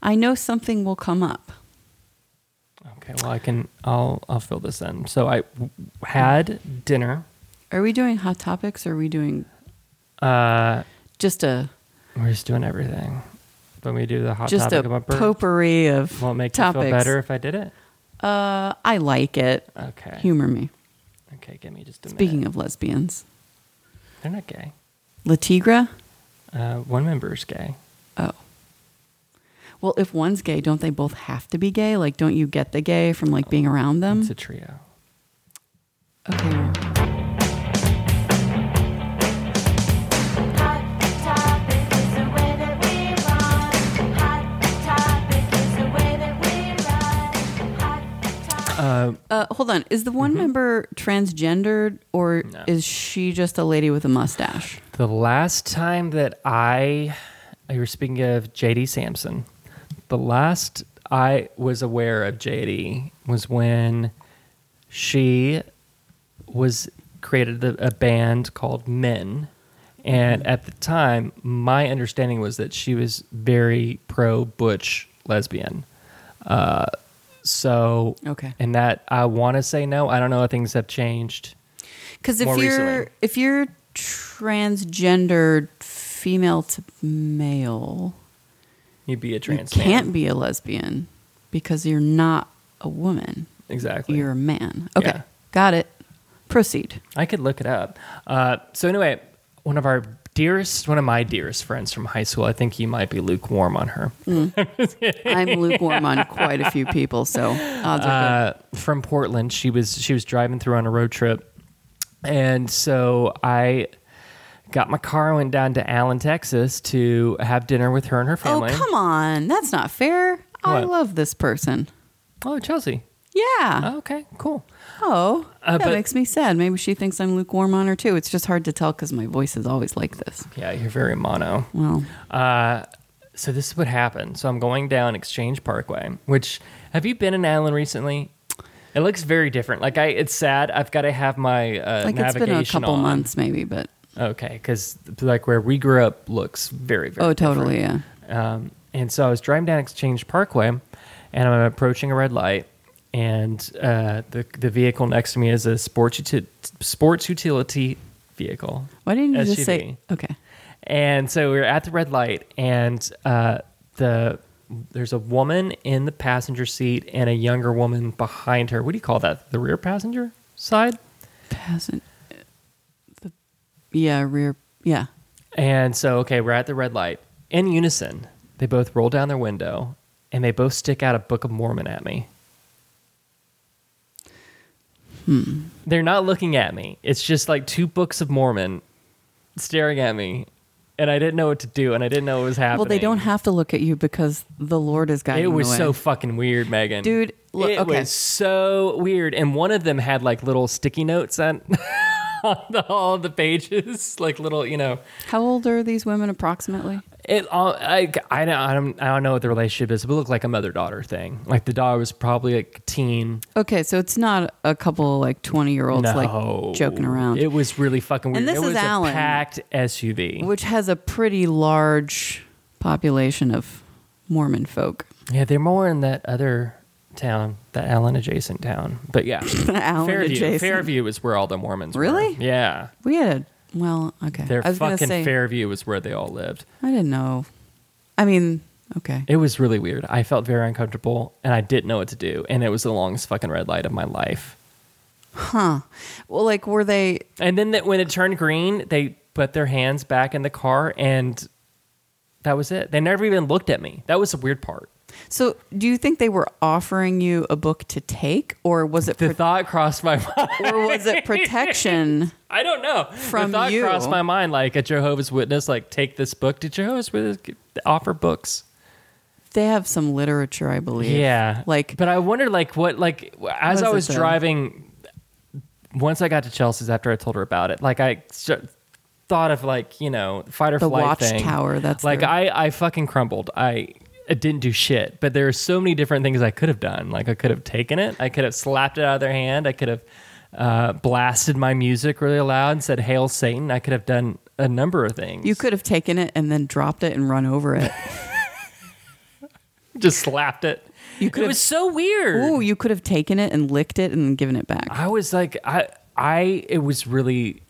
S1: I know something will come up.
S2: Okay, well I can. I'll I'll fill this in. So I w- had dinner.
S1: Are we doing hot topics? Or are we doing
S2: Uh,
S1: just a
S2: we're just doing everything. When we do the hot
S1: just
S2: topic
S1: a
S2: about birds,
S1: potpourri of
S2: will it make
S1: topics?
S2: you feel better if I did it?
S1: Uh, I like it.
S2: Okay.
S1: Humor me.
S2: Okay, give me just a
S1: Speaking
S2: minute.
S1: of lesbians,
S2: they're not gay.
S1: Latigra.
S2: Uh, one member is gay.
S1: Oh. Well, if one's gay, don't they both have to be gay? Like, don't you get the gay Um, from like being around them?
S2: It's a trio.
S1: Okay. Uh, hold on. Is the one member transgendered or
S2: Mm-hmm. No.
S1: is she just a lady with a mustache?
S2: The last time that I, you were speaking of JD Sampson, the last I was aware of JD was when she was created a, a band called Men. And
S1: Mm-hmm.
S2: at the time, my understanding was that she was very pro butch lesbian. Uh, so,
S1: Okay.
S2: and that I want to say no. I don't know if things have changed.
S1: Because if
S2: More
S1: you're
S2: recently.
S1: if you're transgendered female to male,
S2: You'd be a
S1: you
S2: trans man.
S1: can't be a lesbian because you're not a woman.
S2: exactly.
S1: You're a man. Okay.
S2: Yeah.
S1: Got it. Proceed.
S2: I could look it up. Uh, so anyway, one of our dearest, one of my dearest friends from high school. I think you might be lukewarm on her.
S1: I'm lukewarm on quite a few people, so odds are
S2: Uh, from Portland, she was she was driving through on a road trip, and so I got my car, went down to Allen, Texas, to have dinner with her and her
S1: good. Oh,
S2: family.
S1: come on. That's not fair. I
S2: What?
S1: love this person.
S2: Oh, Chelsea.
S1: Yeah.
S2: Oh, okay, cool.
S1: Oh,
S2: Uh,
S1: that
S2: but-
S1: makes me sad. Maybe she thinks I'm lukewarm on her too. It's just hard to tell because my voice is always like this.
S2: Yeah, you're very mono.
S1: Well,
S2: Uh, so this is what happened. So I'm going down Exchange Parkway, which have you been in Allen recently? It looks very different. Like I, it's sad. I've got to have my uh,
S1: like it's been
S2: navigation
S1: a couple
S2: on.
S1: months maybe, but
S2: Okay, because like where we grew up looks very very.
S1: oh, totally. Yeah.
S2: Um, and so I was driving down Exchange Parkway, and I'm approaching a red light, and uh, the the vehicle next to me is a sports uti- sports utility vehicle.
S1: Why didn't you just
S2: SUV.
S1: say, okay.
S2: And so we were at the red light, and uh, the there's a woman in the passenger seat and a younger woman behind her. What do you call that? The rear passenger side.
S1: Hasn't uh, the yeah rear yeah
S2: And so, okay, we're at the red light. In unison, they both roll down their window and they both stick out a Book of Mormon at me.
S1: Hmm.
S2: They're not looking at me. It's just like two books of Mormon staring at me. And I didn't know what to do and I didn't know what was happening.
S1: well they don't have to look at you because the Lord is guiding
S2: It was
S1: the way.
S2: so fucking weird, Megan.
S1: Dude, look-
S2: it
S1: okay.
S2: was so weird. And one of them had like little sticky notes on, on the, all the pages, like little, you know.
S1: how old are these women approximately
S2: It all I, I don't I don't I don't know what the relationship is, but it looked like a mother daughter thing. Like the daughter was probably like teen.
S1: okay so it's not a couple like 20 year olds
S2: no,
S1: like joking around
S2: It was really fucking weird.
S1: And this
S2: it
S1: is
S2: was
S1: Alan.
S2: a packed SUV.
S1: which has a pretty large population of Mormon folk
S2: yeah, they're more in that other town, that Allen adjacent town. But yeah,
S1: Allen
S2: Fairview.
S1: adjacent.
S2: Fairview is where all the Mormons
S1: Really?
S2: were. Yeah,
S1: we had a well okay
S2: their
S1: I was gonna
S2: fucking
S1: say
S2: Fairview was where they all lived.
S1: I didn't know I mean okay
S2: It was really weird. I felt very uncomfortable, and I didn't know what to do. And it was the longest fucking red light of my life.
S1: huh well like were they
S2: And then that when it turned green, they put their hands back in the car, and that was it. They never even looked at me. That was the weird part.
S1: So, do you think they were offering you a book to take, or was it
S2: The
S1: pro-
S2: thought crossed my mind.
S1: or was it protection?
S2: I don't know.
S1: From
S2: the thought
S1: you.
S2: crossed my mind, like a Jehovah's Witness, like take this book. Did Jehovah's Witness g- offer books?
S1: They have some literature, I believe.
S2: Yeah,
S1: like
S2: But I wonder, like, what, like, as
S1: Was
S2: I
S1: it
S2: was
S1: the-
S2: driving, once I got to Chelsea's after I told her about it, like, I st- thought of like, you know, fight or
S1: The
S2: flight thing.
S1: watchtower, that's
S2: like
S1: their-
S2: I, I fucking crumbled. I. I didn't do shit, but there are so many different things I could have done. Like I could have taken it, I could have slapped it out of their hand, I could have uh, blasted my music really loud and said "Hail Satan." I could have done a number of things.
S1: you could have taken it and then dropped it and run over it.
S2: just slapped it.
S1: You could
S2: It
S1: have-
S2: was so weird.
S1: Ooh, you could have taken it and licked it and given it back.
S2: I was like, I, I, it was really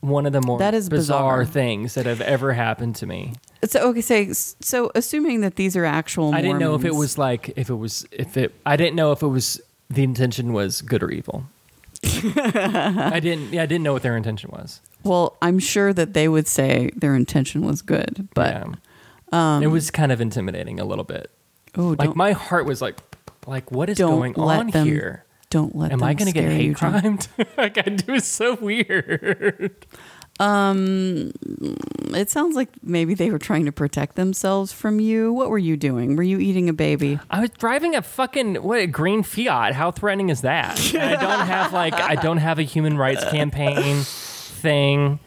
S2: one of the more
S1: That is
S2: bizarre,
S1: bizarre.
S2: things that have ever happened to me.
S1: So, okay, say so. Assuming that these are actual,
S2: I didn't know if it
S1: Mormons-
S2: was like, if it was, if it, I didn't know if it was the intention was good or evil. I didn't, yeah, I didn't know what their intention was.
S1: Well, I'm sure that they would say their intention was good, but
S2: Yeah. it was kind of intimidating a little bit.
S1: oh,
S2: Like
S1: don't
S2: my heart was like, like what is
S1: don't
S2: going
S1: let
S2: on
S1: them.
S2: here?
S1: Don't let
S2: Am
S1: them
S2: I going to get
S1: scare you,
S2: hate
S1: John.
S2: crimed? like I do, it's so weird.
S1: Um, it sounds like maybe they were trying to protect themselves from you. What were you doing? Were you eating a baby?
S2: I was driving a fucking what a green Fiat. How threatening is that? And I don't have like I don't have a human rights campaign thing.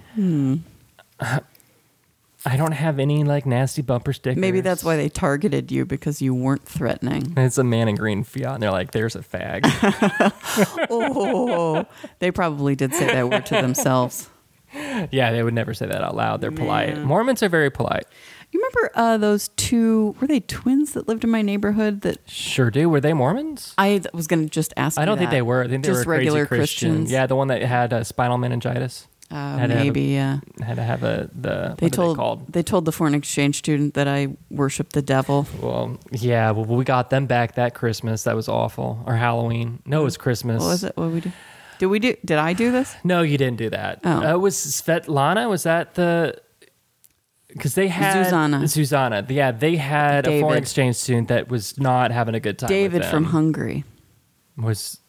S2: I don't have any like nasty bumper stickers.
S1: Maybe that's why they targeted you because you weren't threatening.
S2: it's a man in green Fiat, and they're like, "There's a fag."
S1: oh, they probably did say that word to themselves.
S2: yeah, they would never say that out loud. They're polite.
S1: Man.
S2: Mormons are very polite.
S1: You remember uh, those two? Were they twins that lived in my neighborhood? That
S2: Sure do. Were they Mormons?
S1: I was going to just ask.
S2: I
S1: you
S2: don't think
S1: that.
S2: they were. I think they
S1: just
S2: were
S1: regular
S2: crazy Christian.
S1: Christians.
S2: Yeah, the one that had uh, spinal meningitis.
S1: Uh,
S2: Had to have a-
S1: maybe. Yeah.
S2: Had to have a the
S1: They
S2: what are
S1: told
S2: they called?
S1: they told the foreign exchange student that I worship the devil.
S2: Well, yeah, well, we got them back that Christmas. That was awful. Or Halloween. No, it was Christmas.
S1: Mm. What was it? What we do? Did we do? Did I do this?
S2: No, you didn't do that.
S1: Oh.
S2: Uh, was Svetlana? Was that the? Because they had
S1: Zuzana.
S2: Zuzana. Yeah, they had a foreign
S1: David.
S2: exchange student that was not having a good time. with
S1: David from
S2: them.
S1: Hungary.
S2: was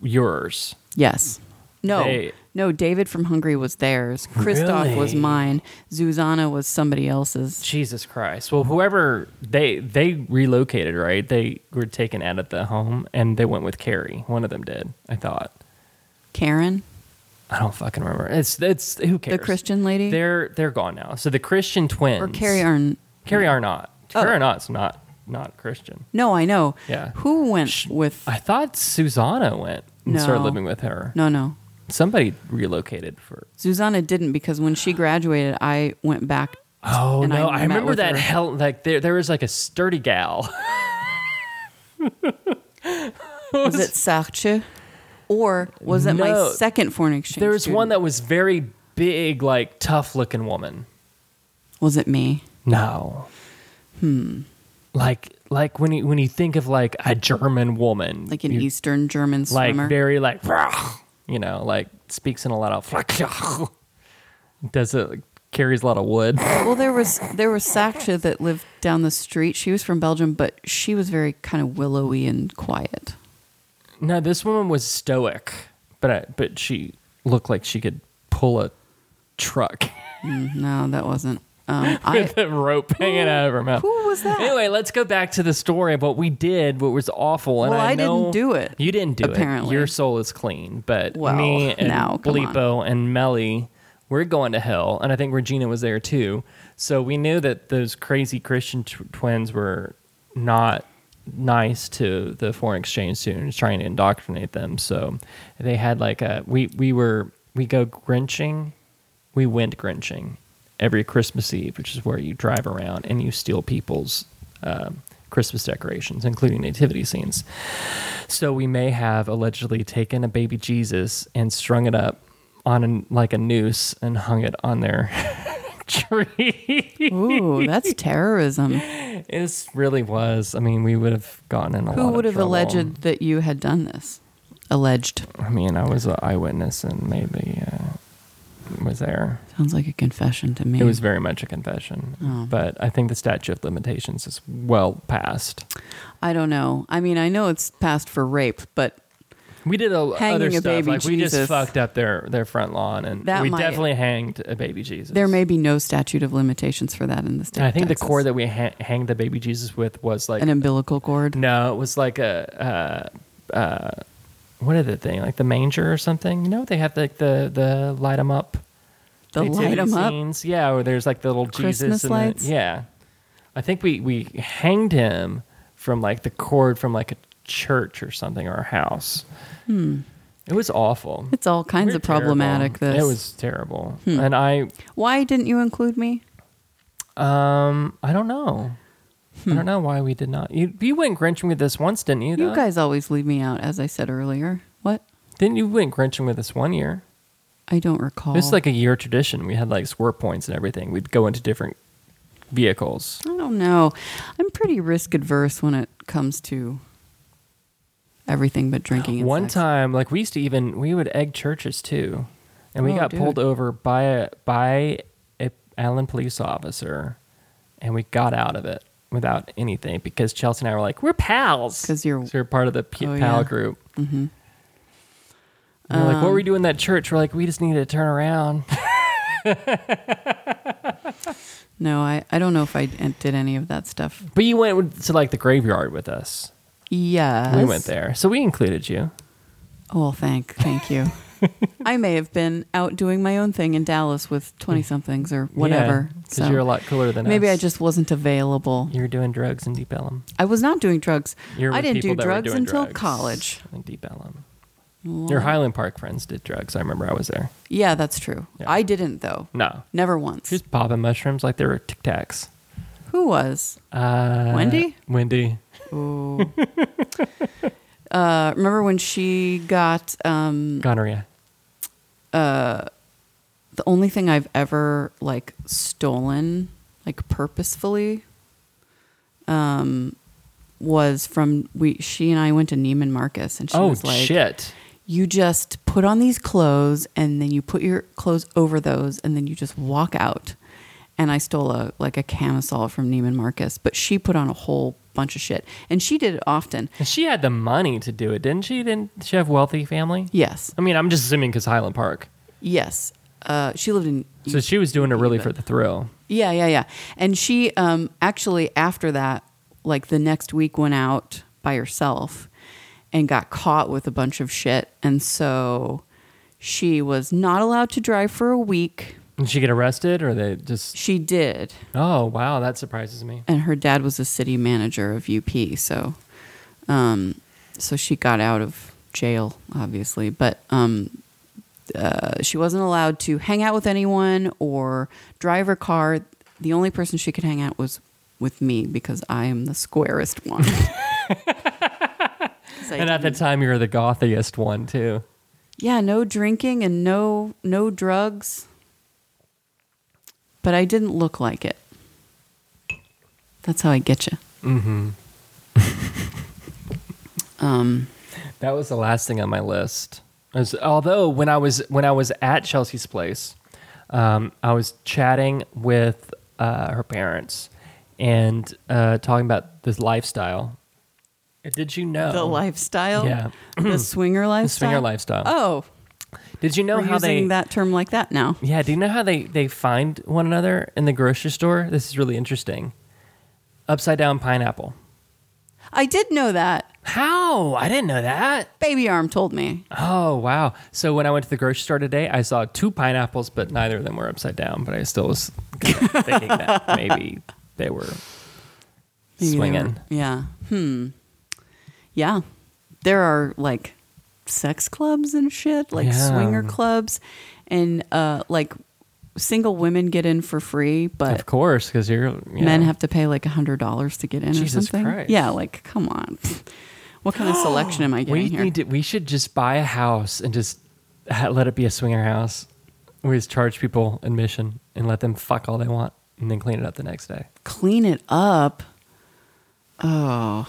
S2: yours.
S1: Yes. No.
S2: They-
S1: no, David from Hungary was theirs. Christoph was
S2: Really?
S1: mine. Zuzana was somebody else's.
S2: Jesus Christ. Well, whoever they they relocated, right? They were taken out of the home and they went with Carrie. One of them did, I thought.
S1: Karen,
S2: I don't fucking remember. It's it's who cares?
S1: the Christian lady?
S2: They're they're gone now. So the Christian twins
S1: or Carrie Arn.
S2: Carrie Arnott.
S1: Oh.
S2: Carrie Arnott's not not Christian.
S1: No, I know.
S2: Yeah.
S1: Who went
S2: Sh-
S1: with.
S2: I thought Susanna went and started
S1: No.
S2: living with her.
S1: no, no.
S2: Somebody relocated for.
S1: Zuzana didn't because when she graduated, I went back.
S2: Oh
S1: And I
S2: no! I,
S1: met
S2: remember
S1: with
S2: that
S1: her.
S2: hell. Like there, there was like a sturdy gal.
S1: Was it Sarche? Or was it my
S2: No.
S1: second foreign exchange?
S2: there was one
S1: student?
S2: that was very big, like tough looking woman.
S1: Was it me?
S2: No. Hmm. Like like when you when you think of like a German woman,
S1: Like an
S2: you-
S1: Eastern German
S2: like
S1: swimmer?
S2: very like you know like speaks in a lot of does it carries a lot of wood.
S1: Well, there was there was Saksha that lived down the street. She was from Belgium, but she was very kind of willowy and quiet.
S2: No, this woman was stoic, but I, but she looked like she could pull a truck
S1: Mm, No, that wasn't. Um, I,
S2: with a rope hanging out of her mouth.
S1: who was that?
S2: Anyway, let's go back to the story of what we did, what was awful. And
S1: Well, I didn't
S2: know
S1: do it,
S2: You didn't do it.
S1: apparently.
S2: Your soul is clean, but
S1: Well,
S2: me and
S1: now, come on.
S2: Blippo and Melly, we're going to hell, and I think Regina was there too. So we knew that those crazy Christian tw- twins were not nice to the foreign exchange students, trying to indoctrinate them. So they had like a we we were we go grinching, we went grinching every Christmas Eve, which is where you drive around and you steal people's. um Christmas decorations, including nativity scenes. So we may have allegedly taken a baby Jesus and strung it up on an, like a noose and hung it on their tree.
S1: Ooh, that's terrorism.
S2: it really was. I mean, we would have gotten in a lot.
S1: Who
S2: of
S1: would have
S2: trouble.
S1: alleged that you had done this? Alleged
S2: I mean, I was an eyewitness and maybe uh, was there.
S1: sounds like a confession to me.
S2: It was very much a confession,
S1: Oh.
S2: but I think the statute of limitations is well past.
S1: I don't know. I mean, I know it's passed for rape, but
S2: We did a,
S1: Hanging
S2: other
S1: a
S2: stuff.
S1: baby
S2: like we just
S1: Jesus.
S2: fucked up their their front lawn, and
S1: That
S2: we
S1: might-
S2: definitely hanged a baby Jesus.
S1: there may be no statute of limitations for that in the state.
S2: And I think
S1: of
S2: the
S1: Texas.
S2: cord that we ha- hanged the baby Jesus with was like
S1: an umbilical cord.
S2: no, it was like a uh, uh, what is the thing like the manger or something? You know they have like the the light 'em up,
S1: The
S2: nativity
S1: light 'em up?
S2: scenes. Yeah, or there's like the little Jesus
S1: Christmas
S2: and
S1: lights?
S2: The, yeah, I think we we hanged him from like the cord from like a church or something or a house.
S1: Hmm.
S2: It was awful.
S1: It's all kinds
S2: We're
S1: of problematic.
S2: terrible.
S1: This. Hmm.
S2: it was terrible, and I
S1: Why didn't you include me?
S2: Um, I don't know. I
S1: Hmm.
S2: don't know why we did not. You you went grinching with this once, didn't you?
S1: You
S2: though?
S1: guys always leave me out, as I said earlier. What?
S2: didn't you went grinching with us one year?
S1: I don't recall.
S2: This is like a year tradition. We had like score points and everything. We'd go into different vehicles.
S1: I don't know. I'm pretty risk adverse when it comes to everything but drinking. And
S2: one
S1: sex.
S2: time, like we used to even we would egg churches too, and we
S1: Oh,
S2: got
S1: dude.
S2: pulled over by a by a Allen police officer, and we got out of it without anything because Chelsea and I were like, we're pals
S1: 'Cause you're-
S2: we are part of the p-
S1: Oh,
S2: pal
S1: yeah.
S2: group. Mm-hmm.
S1: Um,
S2: And they're like, what were we doing in that church? We're like, we just needed to turn around.
S1: No, I, I don't know if I did any of that stuff.
S2: But you went with- to like the graveyard with us.
S1: Yeah.
S2: We went there, so we included you.
S1: Oh, thank, thank you. I may have been out doing my own thing in Dallas with twenty somethings or whatever.
S2: because
S1: so
S2: you're a lot cooler than
S1: maybe
S2: us.
S1: I just wasn't available.
S2: you were doing drugs in Deep Ellum.
S1: I was not doing drugs.
S2: You're
S1: I
S2: with
S1: didn't
S2: people
S1: do
S2: that were
S1: drugs
S2: doing
S1: until
S2: drugs
S1: college.
S2: in Deep Ellum. Your
S1: Well,
S2: Highland Park friends did drugs. I remember I was there.
S1: Yeah, that's true.
S2: Yeah.
S1: I didn't though.
S2: No,
S1: Never once.
S2: she was popping mushrooms like they were Tic Tacs.
S1: Who was?
S2: Uh,
S1: Wendy?
S2: Wendy.
S1: Ooh. uh, remember when she got um,
S2: Gonorrhea.
S1: the only thing I've ever like stolen, like purposefully, um, was from we. She and I went to Neiman Marcus, and she
S2: oh
S1: was like,
S2: shit!
S1: "You just put on these clothes, and then you put your clothes over those, and then you just walk out." And I stole a like a camisole from Neiman Marcus, but she put on a whole bunch of shit, and she did it often.
S2: And she had the money to do it, didn't she? Didn't she have wealthy family?
S1: Yes,
S2: I mean, I'm just assuming because Highland Park.
S1: yes. Uh, she lived in
S2: So she was doing it really
S1: Even.
S2: for the thrill.
S1: Yeah, yeah, yeah. And she um, actually, after that, like the next week, went out by herself and got caught with a bunch of shit. And so she was not allowed to drive for a week.
S2: Did she get arrested, or they just?
S1: She did.
S2: Oh wow, that surprises me.
S1: And her dad was a city manager of UP. So, um, so she got out of jail, obviously. But um, uh, she wasn't allowed to hang out with anyone or drive her car. The only person she could hang out was with me because I am the squarest one. 'Cause I
S2: and at the
S1: didn't-
S2: time, you were the gothiest one too.
S1: yeah, no drinking and no no drugs. But I didn't look like it. That's how I get you. Mm-hmm. um,
S2: That was the last thing on my list. As- although when I was when I was at Chelsea's place, um, I was chatting with uh, her parents and uh, talking about this lifestyle. Did you know
S1: the lifestyle,
S2: Yeah.
S1: the swinger
S2: the
S1: lifestyle,
S2: swinger lifestyle?
S1: Oh,
S2: Did you know
S1: we're
S2: how
S1: using
S2: they?
S1: that term like that now.
S2: yeah, do you know how they they find one another in the grocery store? This is really interesting. Upside down pineapple.
S1: I did know that.
S2: How? I didn't know that.
S1: Baby Arm told me.
S2: Oh wow! So when I went to the grocery store today, I saw two pineapples, but neither of them were upside down. But I still was thinking that maybe they were
S1: Maybe they
S2: swinging.
S1: were- Yeah. Hmm. Yeah. There are like sex clubs and shit, like
S2: Yeah.
S1: swinger clubs, and uh, like single women get in for free, but
S2: Of course, because you're you
S1: men
S2: know.
S1: have to pay like a hundred dollars to get in or
S2: Jesus
S1: something.
S2: Christ.
S1: Yeah. Like, come on. What kind of selection am I getting
S2: We
S1: here?
S2: need to, We should just buy a house and just ha- let it be a swinger house. We just charge people admission and let them fuck all they want, and then clean it up the next day.
S1: Clean it up. Oh,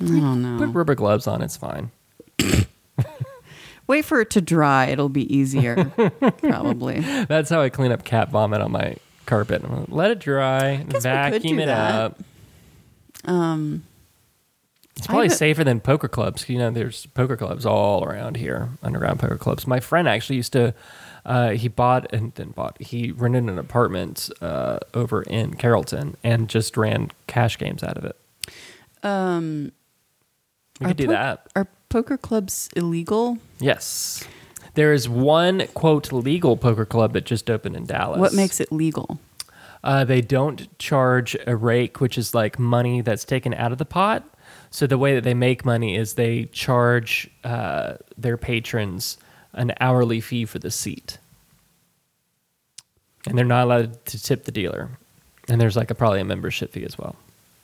S1: I don't know.
S2: Put rubber gloves on. It's fine.
S1: Wait for it to dry. It'll be easier, probably.
S2: That's how I clean up cat vomit on my carpet. Let it dry.
S1: guess we could
S2: Vacuum
S1: do
S2: it
S1: that.
S2: up.
S1: Um,
S2: It's probably
S1: haven't-
S2: safer than poker clubs. 'cause, You know, there's poker clubs all around here, underground poker clubs. My friend actually used to, uh, he bought and then bought, he rented an apartment uh, over in Carrollton and just ran cash games out of it.
S1: um,
S2: We
S1: Are
S2: could do
S1: po-
S2: that.
S1: Are poker clubs illegal?
S2: Yes. There is one, quote, legal poker club that just opened in Dallas.
S1: What makes it legal?
S2: Uh, they don't charge a rake, which is like money that's taken out of the pot. So the way that they make money is they charge uh, their patrons an hourly fee for the seat, and they're not allowed to tip the dealer. And there's like a probably a membership fee as well.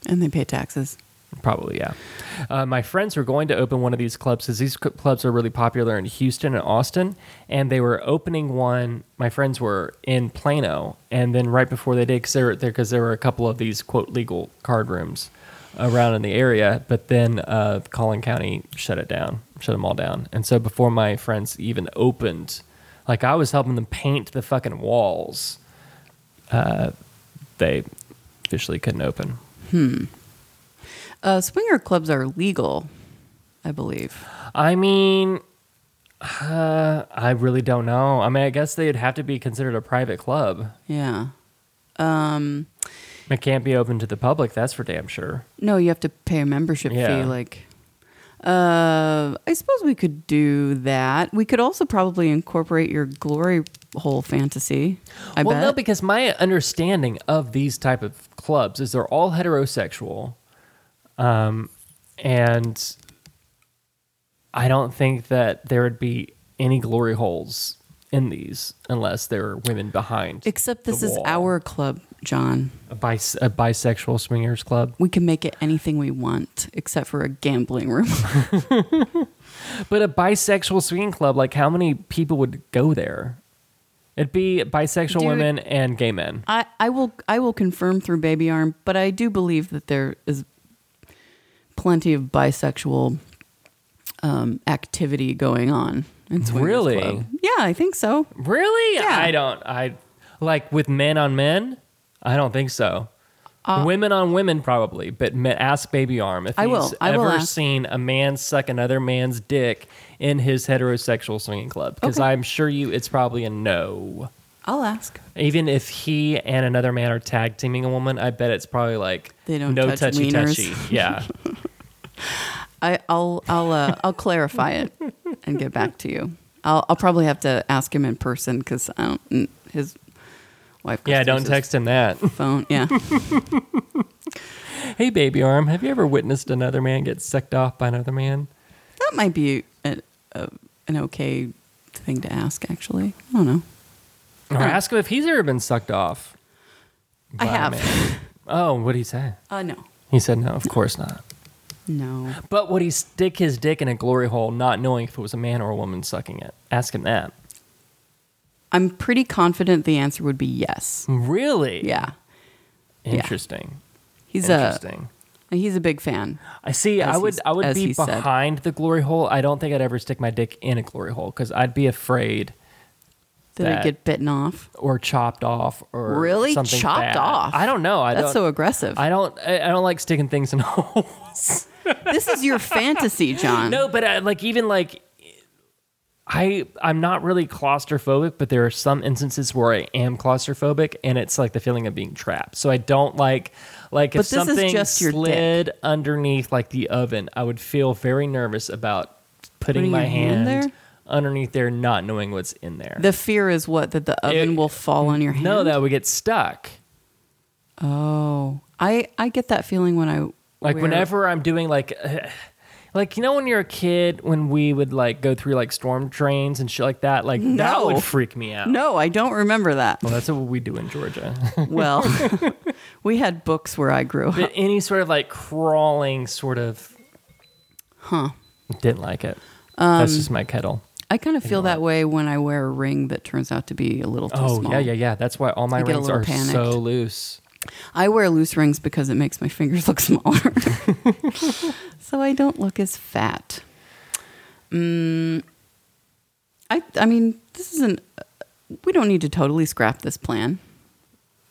S1: And they pay taxes.
S2: Probably, yeah. Uh, my friends were going to open one of these clubs because these cl- clubs are really popular in Houston and Austin. And they were opening one, my friends were in Plano. And then right before they did, because there, there, 'cause there were a couple of these, quote, legal card rooms around in the area. But then uh, Collin County shut it down, shut them all down. And so before my friends even opened, like I was helping them paint the fucking walls, uh, they officially couldn't open.
S1: Uh, swinger clubs are legal, I believe.
S2: I mean, Uh, I really don't know. I mean, I guess they'd have to be considered a private club.
S1: Yeah. Um,
S2: It can't be open to the public. That's for damn sure.
S1: no, you have to pay a membership
S2: Yeah.
S1: fee. Like, uh, I suppose we could do that. We could also probably incorporate your glory hole fantasy. I
S2: well,
S1: bet.
S2: no, because my understanding of these type of clubs is they're all heterosexual, um, and I don't think that there would be any glory holes in these unless there were women behind.
S1: Except
S2: the
S1: this is
S2: wall.
S1: our club, John.
S2: a, bis- a bisexual swingers club,
S1: We can make it anything we want, except for a gambling room.
S2: but a bisexual swinging club. Like, how many people would go there? It'd be bisexual
S1: Dude.
S2: women and gay men.
S1: I, I will I will confirm through baby arm, but I do believe that there is plenty of bisexual um, activity going on. in Swingers
S2: Really?
S1: Club. Yeah, I think so.
S2: Really?
S1: Yeah.
S2: I don't. I like with men on men. I don't think so. women on women, probably. But men, ask Baby Arm if
S1: Uh, I
S2: he's
S1: will. I
S2: ever
S1: will ask.
S2: seen a man suck another man's dick in his heterosexual swinging club. Because
S1: Okay.
S2: I'm sure you, it's probably a no.
S1: I'll ask.
S2: Even if he and another man are tag teaming a woman, I bet it's probably like
S1: They don't
S2: no
S1: touch
S2: touchy
S1: wieners.
S2: touchy. Yeah,
S1: I, I'll I'll uh, I'll clarify it and get back to you. I'll I'll probably have to ask him in person because I don't n- his wife. goes
S2: yeah.
S1: through
S2: Don't
S1: his
S2: text him that.
S1: phone. Yeah.
S2: hey, Baby Arm, have you ever witnessed another man get sucked off by another man?
S1: That might be a, a, an okay thing to ask, actually. I don't know.
S2: Or ask him if he's ever been sucked off.
S1: I
S2: by a
S1: have.
S2: man. Oh, what'd he say?
S1: Uh, no.
S2: He said no, of course not.
S1: No.
S2: But would he stick his dick in a glory hole, not knowing if it was a man or a woman sucking it? Ask him that.
S1: I'm pretty confident the answer would be yes.
S2: Really?
S1: Yeah.
S2: Interesting.
S1: He's a
S2: Interesting.
S1: he's a big fan.
S2: I see.
S1: as
S2: I would.
S1: he's-
S2: I would
S1: as
S2: be
S1: he said.
S2: behind the glory hole. I don't think I'd ever stick my dick in a glory hole because I'd be afraid
S1: Did
S2: That-
S1: it get bitten off?
S2: or chopped off or
S1: Really?
S2: something
S1: Chopped
S2: bad.
S1: off?
S2: I don't know. I
S1: That's so
S2: don't.
S1: aggressive.
S2: I don't. I I don't like sticking things in holes.
S1: this is your fantasy, John.
S2: No, but uh, like even like I I'm not really claustrophobic, but there are some instances where I am claustrophobic, and it's like the feeling of being trapped. So I don't like like
S1: But
S2: if
S1: this is
S2: something
S1: just your dick.
S2: slid underneath like the oven, I would feel very nervous about putting,
S1: Putting
S2: my
S1: your
S2: hand,
S1: hand there?
S2: underneath there, not knowing what's in there.
S1: The fear is what that the oven
S2: It-
S1: will fall on your hand.
S2: no, that would get stuck.
S1: Oh, I I get that feeling when I
S2: like
S1: wear-
S2: whenever i'm doing like like you know when you're a kid when we would like go through like storm drains and shit like that like that
S1: No.
S2: would freak me out
S1: No, I don't remember that.
S2: well that's what we do in georgia
S1: well, we had books where I grew up.
S2: but any sort of like crawling sort of
S1: Huh. Um,
S2: didn't like it that's just my kettle
S1: I kind of feel that way when I wear a ring that turns out to be a little too
S2: oh
S1: small.
S2: yeah yeah yeah that's why all my
S1: I get a
S2: rings
S1: little
S2: are
S1: panicked.
S2: so loose
S1: I wear loose rings because it makes my fingers look smaller. so I don't look as fat. Mm, I I mean, this isn't we don't need to totally scrap this plan.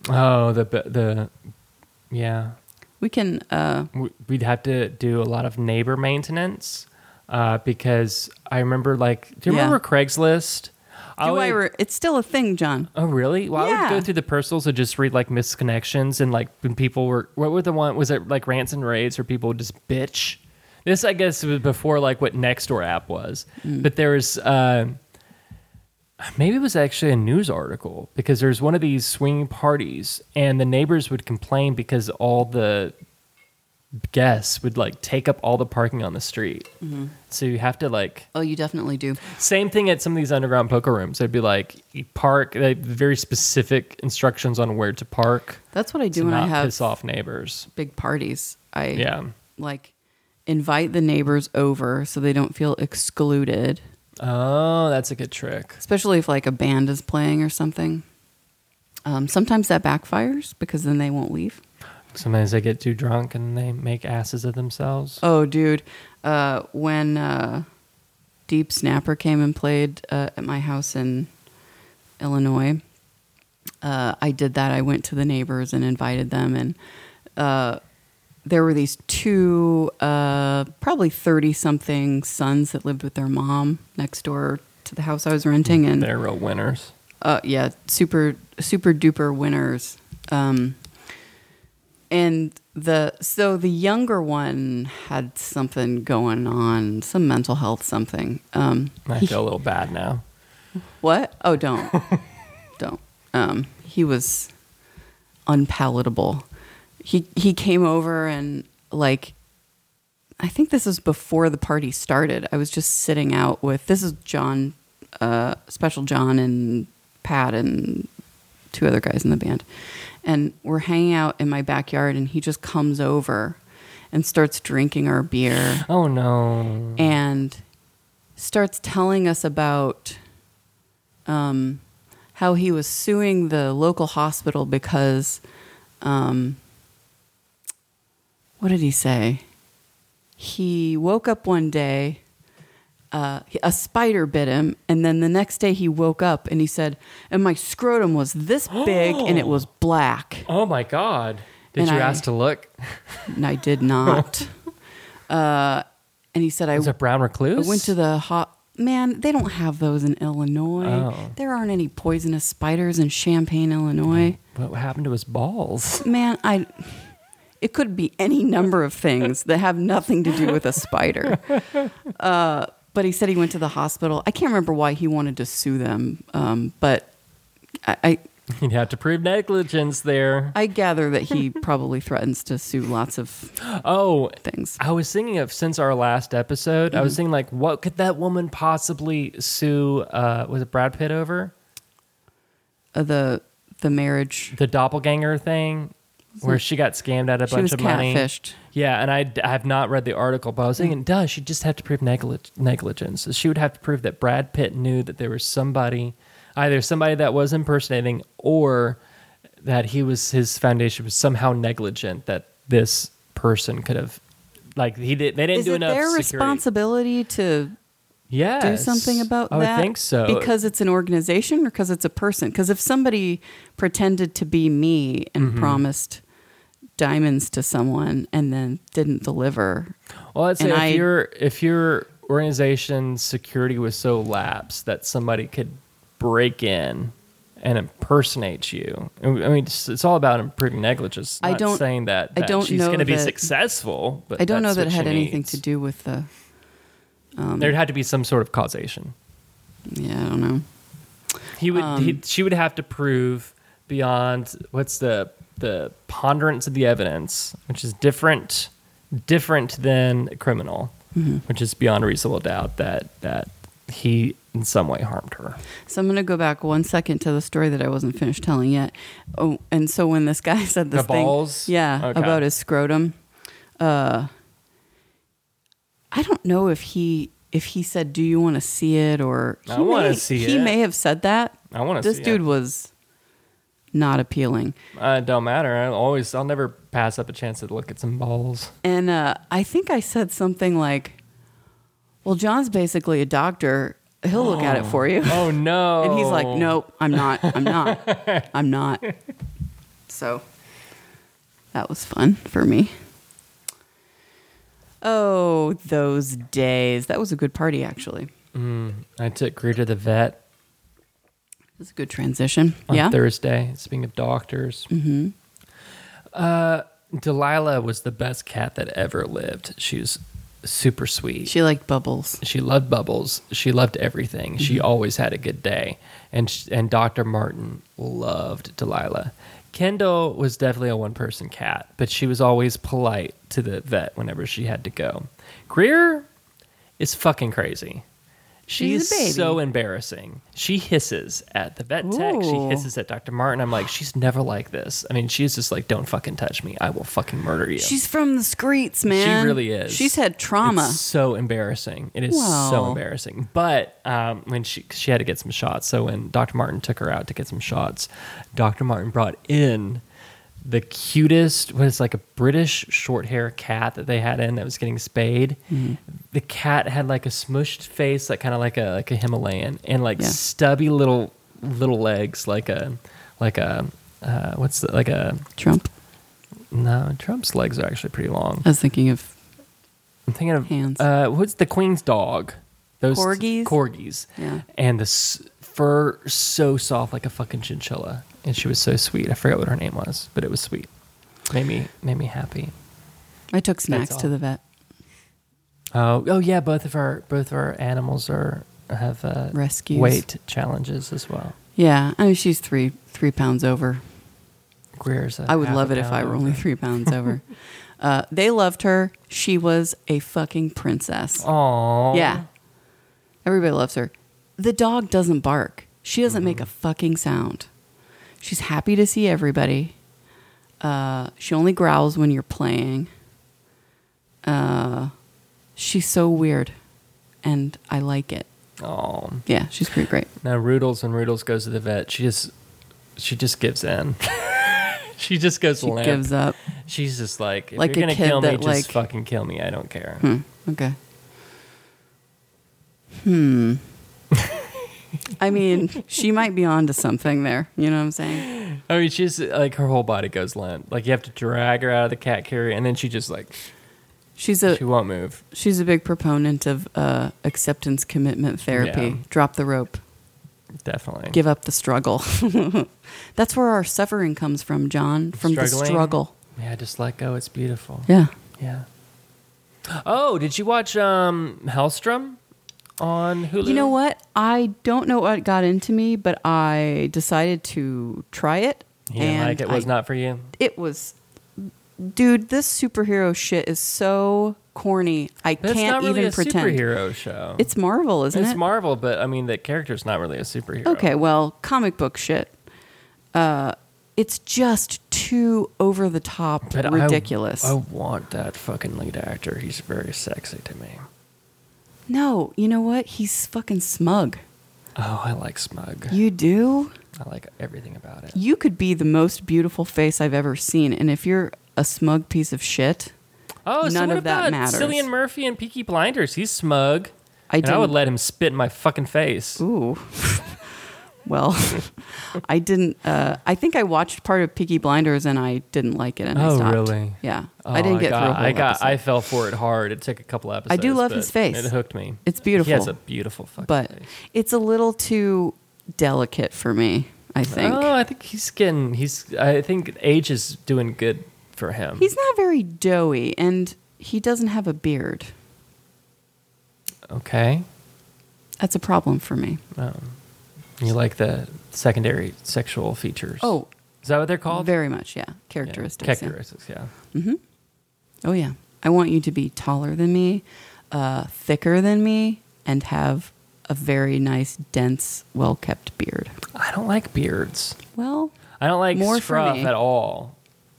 S2: oh the the yeah
S1: We can uh
S2: we- we'd have to do a lot of neighbor maintenance uh, because I remember like do you
S1: Yeah.
S2: remember Craigslist?
S1: do I
S2: would-
S1: re- it's still a thing, John.
S2: Oh really? Well, I would go
S1: Yeah.
S2: through the personals and just read like misconnections and like when people were what were the one was it like rants and raids where people would just bitch. This I guess was before like what Nextdoor app was, but there was uh, maybe it was actually a news article because there's one of these swinging parties and the neighbors would complain because all the guests would like take up all the parking on the street, so you have to like
S1: Oh, you definitely do.
S2: same thing at some of these underground poker rooms. They'd be like, you park, they have very specific instructions on where to park
S1: That's what I do
S2: to
S1: when I
S2: not
S1: have
S2: piss off neighbors.
S1: big parties. I
S2: Yeah.
S1: like invite the neighbors over so they don't feel excluded,
S2: Oh, that's a good trick.
S1: especially if like a band is playing or something. Um, sometimes that backfires because then they won't leave.
S2: Sometimes they get too drunk and they make asses of themselves.
S1: Oh, dude, uh, when uh, Deep Snapper came and played uh, at my house in Illinois, uh, I did that. I went to the neighbors and invited them, and uh, there were these two, uh, probably 30 something sons that lived with their mom next door to the house I was renting. And
S2: They're real winners.
S1: uh, yeah, super super duper winners. Um, and the so the younger one had something going on, some mental health something. Um,
S2: I feel a little bad now.
S1: what? Oh, don't, don't. Um, he was unpalatable. He he came over and like, I think this was before the party started. I was just sitting out with this is John, uh, special John and Pat and two other guys in the band, and we're hanging out in my backyard, and he just comes over and starts drinking our beer
S2: Oh no.
S1: and starts telling us about um, how he was suing the local hospital because um, what did he say? He woke up one day, uh, a spider bit him, and then the next day he woke up and he said, "And my scrotum was this big and it was black."
S2: Oh my god. Did
S1: And
S2: you
S1: I-
S2: ask to look?
S1: And I did not. uh, and he said, "I
S2: Is it brown recluse?
S1: I went to the hot man. They don't have those in Illinois.
S2: Oh.
S1: There aren't any poisonous spiders in Champaign, Illinois.
S2: What happened to his balls?
S1: Man, I. It could be any number of things that have nothing to do with a spider. Uh, but he said he went to the hospital. I can't remember why he wanted to sue them, um, but I, I
S2: You'd have to prove negligence there.
S1: I gather that he probably threatens to sue lots of
S2: Oh,
S1: things.
S2: I was thinking of since our last episode. I
S1: Mm-hmm.
S2: was thinking like, what could that woman possibly sue? Uh, was it Brad Pitt over
S1: Uh, the the marriage.
S2: the doppelganger thing, where she got scammed out a
S1: She
S2: bunch
S1: was
S2: of money?
S1: catfished. Mm.
S2: Yeah, and I, I have not read the article, but I was thinking, does she just have to prove neglig- negligence? She would have to prove that Brad Pitt knew that there was somebody, either somebody that was impersonating, or that he was his foundation was somehow negligent that this person could have, like he did. They didn't
S1: Is
S2: do
S1: it
S2: enough.
S1: their
S2: security.
S1: responsibility to
S2: Yeah.
S1: do something about
S2: Oh, I
S1: that?
S2: I think so.
S1: Because it's an organization or because it's a person? Because if somebody pretended to be me and
S2: Mm-hmm.
S1: promised diamonds to someone and then didn't deliver,
S2: well, let's say
S1: and
S2: if
S1: I-
S2: your if your organization security was so lapsed that somebody could break in and impersonate you. I mean, it's, it's all about improving negligence.
S1: I
S2: Not
S1: don't-
S2: saying that,
S1: I
S2: that
S1: don't
S2: she's
S1: know
S2: going to be
S1: that-
S2: successful. But
S1: I don't know
S2: that's
S1: that it
S2: what
S1: had
S2: she
S1: anything
S2: needs.
S1: to do um, with the.
S2: There'd have to be some sort of causation.
S1: Yeah, I don't know.
S2: He would.
S1: Um,
S2: he, she would have to prove beyond what's the the ponderance of the evidence, which is different different than criminal,
S1: Mm-hmm.
S2: which is beyond reasonable doubt that that he in some way harmed her.
S1: So I'm going to go back one second to the story that I wasn't finished telling yet. Oh, and so when this guy said this
S2: The
S1: thing,
S2: balls?
S1: yeah,
S2: Okay.
S1: about his scrotum, uh, I don't know if he if he said, "Do you want to see it?" or
S2: I
S1: he
S2: wanna
S1: may-
S2: see
S1: He
S2: it.
S1: may have said that.
S2: I wanna
S1: This
S2: see
S1: dude
S2: it.
S1: was not appealing,
S2: Uh, it don't matter. I always. I'll never pass up a chance to look at some balls.
S1: and uh, I think I said something like, "Well, John's basically a doctor. He'll look at it for you."
S2: Oh no!
S1: And he's like, "Nope, I'm not. I'm not. I'm not." So that was fun for me. Oh, those days. That was a good party actually. It
S2: I took Greer to the vet
S1: was a good transition.
S2: on
S1: yeah.
S2: Thursday. Speaking of doctors, mm-hmm. uh, Delilah was the best cat that ever lived. She was super sweet. She,
S1: She liked bubbles. Mm-hmm.
S2: loved bubbles. She loved everything. She always had a good day. And sh and Dr. Martin loved Delilah. Kendall was definitely a one person cat, but she was always polite to the vet whenever she had to go. Greer is fucking crazy. She's
S1: She's a baby.
S2: so embarrassing. She hisses at the vet tech. She
S1: Ooh.
S2: hisses at Dr. Martin. I'm like, she's never like this. I mean, she's just like, don't fucking touch me. I will fucking murder you.
S1: She's from the streets, man.
S2: She really is.
S1: She's had trauma.
S2: It's so embarrassing. It is so
S1: Wow.
S2: embarrassing. But um, when she 'cause she had to get some shots, so when Dr. Martin took her out to get some shots, Dr. Martin brought in the cutest was like a British short hair cat that they had in that was getting spayed.
S1: Mm-hmm.
S2: The cat had like a smushed face, like kind of like a like a Himalayan, and like
S1: Yeah.
S2: stubby little little legs, like a like a uh, what's the, like a
S1: Trump.
S2: No, Trump's legs are actually pretty long.
S1: I was thinking of
S2: I'm thinking of
S1: Hands.
S2: Uh, what's the queen's dog? Those
S3: Corgis?
S2: corgis.
S1: Yeah.
S2: And the s- fur so soft, like a fucking chinchilla. And she was so sweet. I forgot what her name was, but it was sweet. Made me made me happy.
S1: I took snacks to
S2: all.
S1: the vet.
S2: Oh oh yeah, both of our both of our animals are have uh,
S1: Rescues.
S2: weight challenges as well.
S1: Yeah, I mean she's three three pounds over.
S2: Greer's. a
S1: I would
S2: half a
S1: love it if
S2: pound
S1: I were
S2: over.
S1: only three pounds over. Uh, they loved her. She was a fucking princess.
S2: Aw.
S1: Yeah, everybody loves her. The dog doesn't bark. She doesn't
S2: Mm-hmm.
S1: make a fucking sound. She's happy to see everybody. Uh, she only growls when you're playing. Uh, she's so weird, and I like it.
S2: Aw.
S1: Yeah, she's pretty great.
S2: Now Roodles when Roodles goes to the vet, she just she just gives in. she just goes
S1: She
S2: limp.
S1: gives up.
S2: She's just like, if
S1: Like a
S2: you're gonna
S1: kid
S2: kill me,
S1: that,
S2: just
S1: like-
S2: fucking kill me. I don't care.
S1: Hmm. Okay. Hmm. I mean, she might be onto something there. You know what I'm saying?
S2: I mean, she's like her whole body goes limp. Like you have to drag her out of the cat carrier, and then she just like
S1: She's a
S2: she won't move.
S1: she's a big proponent of uh, acceptance commitment therapy.
S2: Yeah.
S1: Drop the rope.
S2: Definitely.
S1: Give up the struggle. That's where our suffering comes from, John. From the
S2: Struggling?
S1: struggle.
S2: yeah, just let go. It's beautiful.
S1: Yeah.
S2: Yeah. Oh, did you watch um Hellstrom on Hulu?
S1: You know what? I don't know what got into me, but I decided to try it.
S2: You didn't
S1: and
S2: like it was
S1: I
S2: not for you.
S1: it was dude this superhero shit is so corny i
S2: But it's
S1: can't
S2: not really
S1: even
S2: a
S1: pretend
S2: superhero show.
S1: it's marvel isn't
S2: it's
S1: it
S2: Marvel, but I mean the character's not really a superhero.
S1: okay well comic book shit uh it's just too over the top
S2: But I-
S1: ridiculous
S2: I want that fucking lead actor. He's very sexy to me.
S1: no you know what he's fucking smug
S2: Oh, I like smug.
S1: you do
S2: I like everything about it.
S1: you could be the most beautiful face i've ever seen and if you're a smug piece of shit
S2: Oh, so
S1: None
S2: what
S1: of that
S2: about
S1: matters.
S2: Cillian Murphy and Peaky Blinders? He's smug.
S1: I
S2: and I would
S1: didn't-
S2: let him spit in my fucking face.
S1: Ooh. well, I didn't. Uh, I think I watched part of Peaky Blinders and I didn't like it, and I
S2: Oh,
S1: stopped.
S2: really?
S1: Yeah,
S2: Oh,
S1: I didn't get
S2: got,
S1: through. A whole
S2: I got. I
S1: episode.
S2: fell for it hard. It took a couple episodes.
S1: love
S2: but
S1: his face.
S2: It hooked me.
S1: It's beautiful.
S2: He has a beautiful fucking
S1: but
S2: face.
S1: it's a little too delicate for me. I think
S2: Oh, I think he's getting. He's. I think age is doing good for him.
S1: he's not very doughy, and he doesn't have a beard.
S2: okay.
S1: That's a problem for me.
S2: Um, you like the secondary sexual features?
S1: Oh,
S2: is that what they're called?
S1: very much. Yeah,
S2: Yeah,
S1: characteristics. yeah.
S2: Characteristics. Yeah.
S1: Oh yeah, I want you to be taller than me, uh, thicker than me, and have a very nice, dense, well-kept beard.
S2: I don't like beards.
S1: Well,
S2: I don't like
S1: More for
S2: scruff
S1: me.
S2: at all.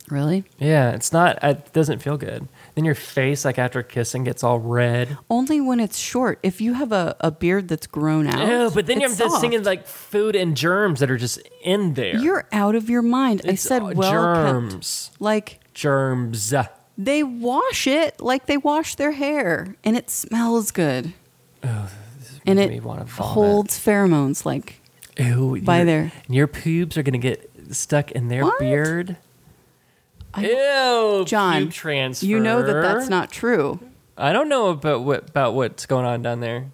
S1: really?
S2: Yeah, it's not. It doesn't feel good. Then your face, like after kissing, gets all red.
S1: Only when it's short. If you have a, a beard that's grown out,
S2: Oh, but then you're
S1: it's
S2: just singing
S1: soft.
S2: like food and germs that are just in there.
S1: You're out of your mind. I
S2: It's,
S1: said
S2: uh,
S1: well
S2: germs.
S1: kept. Like
S2: germs. Oh,
S1: they wash it like they wash their hair, and it smells good, and it
S2: want to
S1: holds pheromones. Like
S2: Ew,
S1: by
S2: your-
S1: there.
S2: And your pubes are gonna get stuck in their
S1: What?
S2: beard.
S1: I-
S2: Ew,
S1: John,
S2: pube transfer.
S1: you know that that's not true.
S2: I don't know about what about what's going on down there.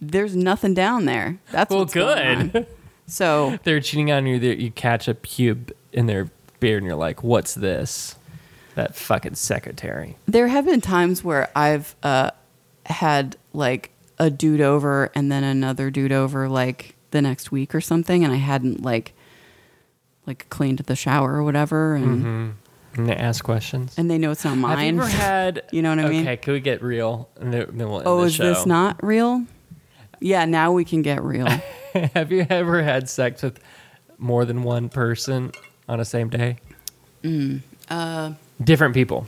S1: There's nothing down there. That's
S2: Well,
S1: what's going
S2: good.
S1: on. So
S2: They're cheating on you. there- You catch a pube in their beard, and you're like, "What's this?" That fucking secretary.
S1: there have been times where I've uh, had like a dude over and then another dude over like the next week or something, and I hadn't like like cleaned the shower or whatever, and
S2: And they ask questions.
S1: and they know it's not mine.
S2: Mm-hmm. Have you ever had?
S1: You know what I mean?
S2: Okay, can we get real? And then then we'll end
S1: oh,
S2: the
S1: is this
S2: show.
S1: not real? Yeah, now we can get real.
S2: Have you ever had sex with more than one person on a same day?
S1: Mm,
S2: uh, Different people.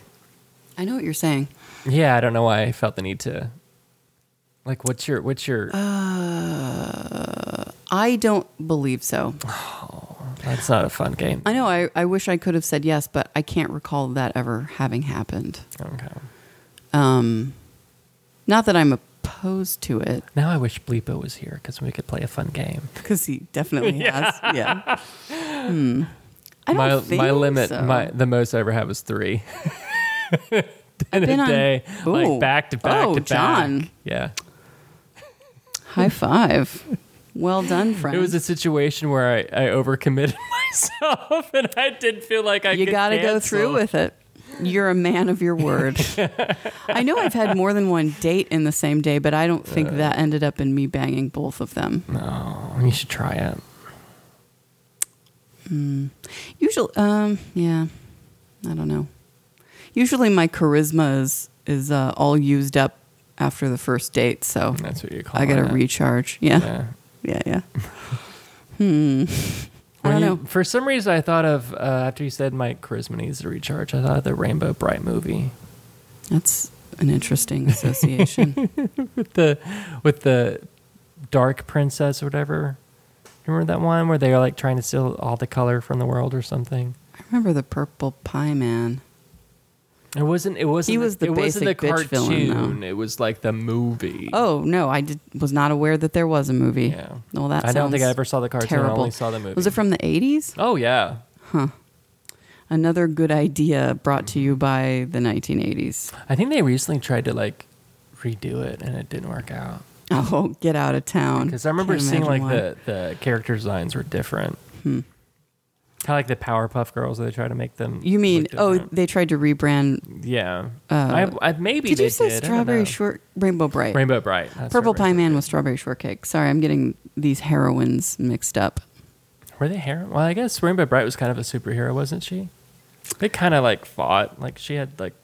S1: I know what you're saying.
S2: Yeah, I don't know why I felt the need to. Like, what's your what's your?
S1: Uh, I don't believe so.
S2: that's not a fun game.
S1: I know. I, I wish I could have said yes, but I can't recall that ever having happened.
S2: Okay.
S1: Um, not that I'm opposed to it.
S2: Now I wish Bleepo was here because we could play a fun game.
S1: because he definitely has. Yeah. Hmm. I don't
S2: my
S1: think
S2: my limit,
S1: so.
S2: my the most I ever had was three. in
S1: been
S2: a
S1: on-
S2: day,
S1: Ooh.
S2: like back to back
S1: Oh,
S2: to
S1: John.
S2: back. Yeah,
S1: High five. Well done, friend.
S2: it was a situation where I I overcommitted myself, and I didn't feel like I.
S1: you
S2: could
S1: got to go
S2: cancel.
S1: through with it. You're a man of your word. I know I've had more than one date in the same day, but I don't think that ended up in me banging both of them.
S2: Uh. No, you should try it.
S1: Usually, um, yeah, I don't know. Usually, my charisma is is uh, all used up after the first date, so
S2: That's what you call.
S1: I got to
S2: it.
S1: recharge. Yeah,
S2: Yeah.
S1: yeah, yeah. hmm. I don't
S2: When you-
S1: know.
S2: For some reason, I thought of uh, after you said my charisma needs to recharge. I thought of the Rainbow Bright movie
S1: That's an interesting association.
S2: with the with the dark princess or whatever. Remember that one where they are like trying to steal all the color from the world or something?
S1: I remember the Purple Pie Man.
S2: It wasn't. It wasn't.
S1: He was the
S2: it wasn't the
S1: basic bitch
S2: cartoon.
S1: villain, though.
S2: it was like the movie.
S1: Oh no, I did, was not aware that there was a movie.
S2: yeah.
S1: Well, that
S2: I don't think I
S1: sounds
S2: ever saw the cartoon. I
S1: terrible.
S2: only saw the movie.
S1: Was it from the 80s?
S2: Oh yeah.
S1: Another good idea brought to
S2: Mm-hmm.
S1: you by the 1980s.
S2: I think they recently tried to like redo it and it didn't work out
S1: Oh, get out of town.
S2: because I remember
S1: Can't
S2: seeing like
S1: imagine why. Hmm.
S2: the the character designs were different. Kind of like the Powerpuff Girls, they try to make them.
S1: You mean,
S2: look
S1: oh,
S2: different.
S1: they tried to rebrand.
S2: yeah.
S1: Uh,
S2: I, I maybe
S1: Did
S2: they
S1: you say
S2: did. I don't
S1: Strawberry
S2: know.
S1: Short Rainbow Bright?
S2: Rainbow Bright. That's
S1: Purple
S2: right,
S1: Pie
S2: Rainbow
S1: Man
S2: Bright.
S1: was Strawberry Shortcake. Sorry, I'm getting these heroines mixed up.
S2: Were they hero? Well, I guess Rainbow Bright was kind of a superhero, wasn't she? They kind of like fought. Like she had like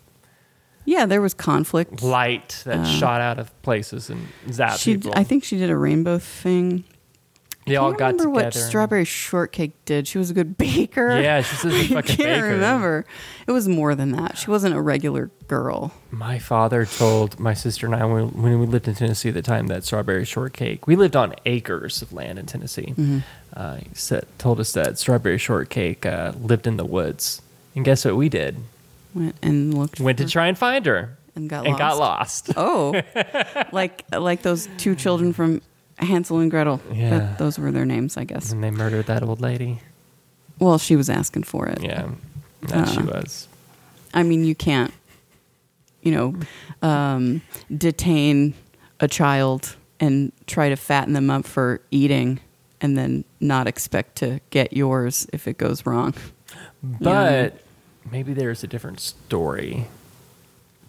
S1: Yeah, there was conflict.
S2: light that
S1: Uh,
S2: shot out of places and zapped
S1: she, d-
S2: people.
S1: I think she did a rainbow thing.
S2: they
S1: I
S2: all
S1: can't
S2: got
S1: remember
S2: together.
S1: what
S2: and-
S1: Strawberry Shortcake did. She was a good baker.
S2: Yeah, she's just a
S1: I
S2: fucking
S1: can't
S2: baker.
S1: remember. It was more than that. She wasn't a regular girl.
S2: My father told my sister and I when, when we lived in Tennessee at the time that strawberry shortcake. We lived on acres of land in Tennessee.
S1: Mm-hmm.
S2: Uh, he said, told us that strawberry shortcake uh, lived in the woods, and guess what we did?
S1: Went and looked.
S2: Went to
S1: for-
S2: try and find her
S1: Mm-hmm. and got
S2: and
S1: lost.
S2: got lost.
S1: Oh, like like those two children from Hansel and Gretel. That-
S2: Yeah. Mm-hmm.
S1: those were their names, I guess.
S2: And they murdered that old lady.
S1: Well, she was asking for it.
S2: Yeah, that she
S1: Uh.
S2: was.
S1: I mean, you can't, you know, um, detain a child and try to fatten them up for eating, and then not expect to get yours if it goes wrong.
S2: But maybe there's a different story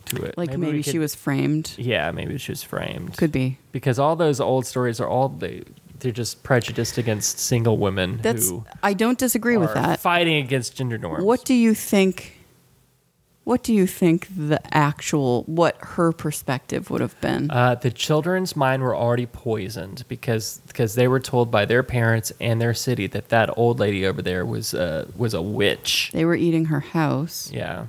S2: to it.
S1: Like maybe,
S2: we
S1: she
S2: could-
S1: was framed.
S2: Yeah, maybe she was framed.
S1: Could be.
S2: because all those old stories are all they they're just prejudiced against single women
S1: That's.
S2: who
S1: I don't disagree with
S2: are
S1: that.
S2: fighting against gender norms.
S1: What do you think? What do you think the actual what her perspective would have been?
S2: uh, the children's mind were already poisoned because because they were told by their parents and their city that that old lady over there was uh, was a witch.
S1: they were eating her house.
S2: Yeah,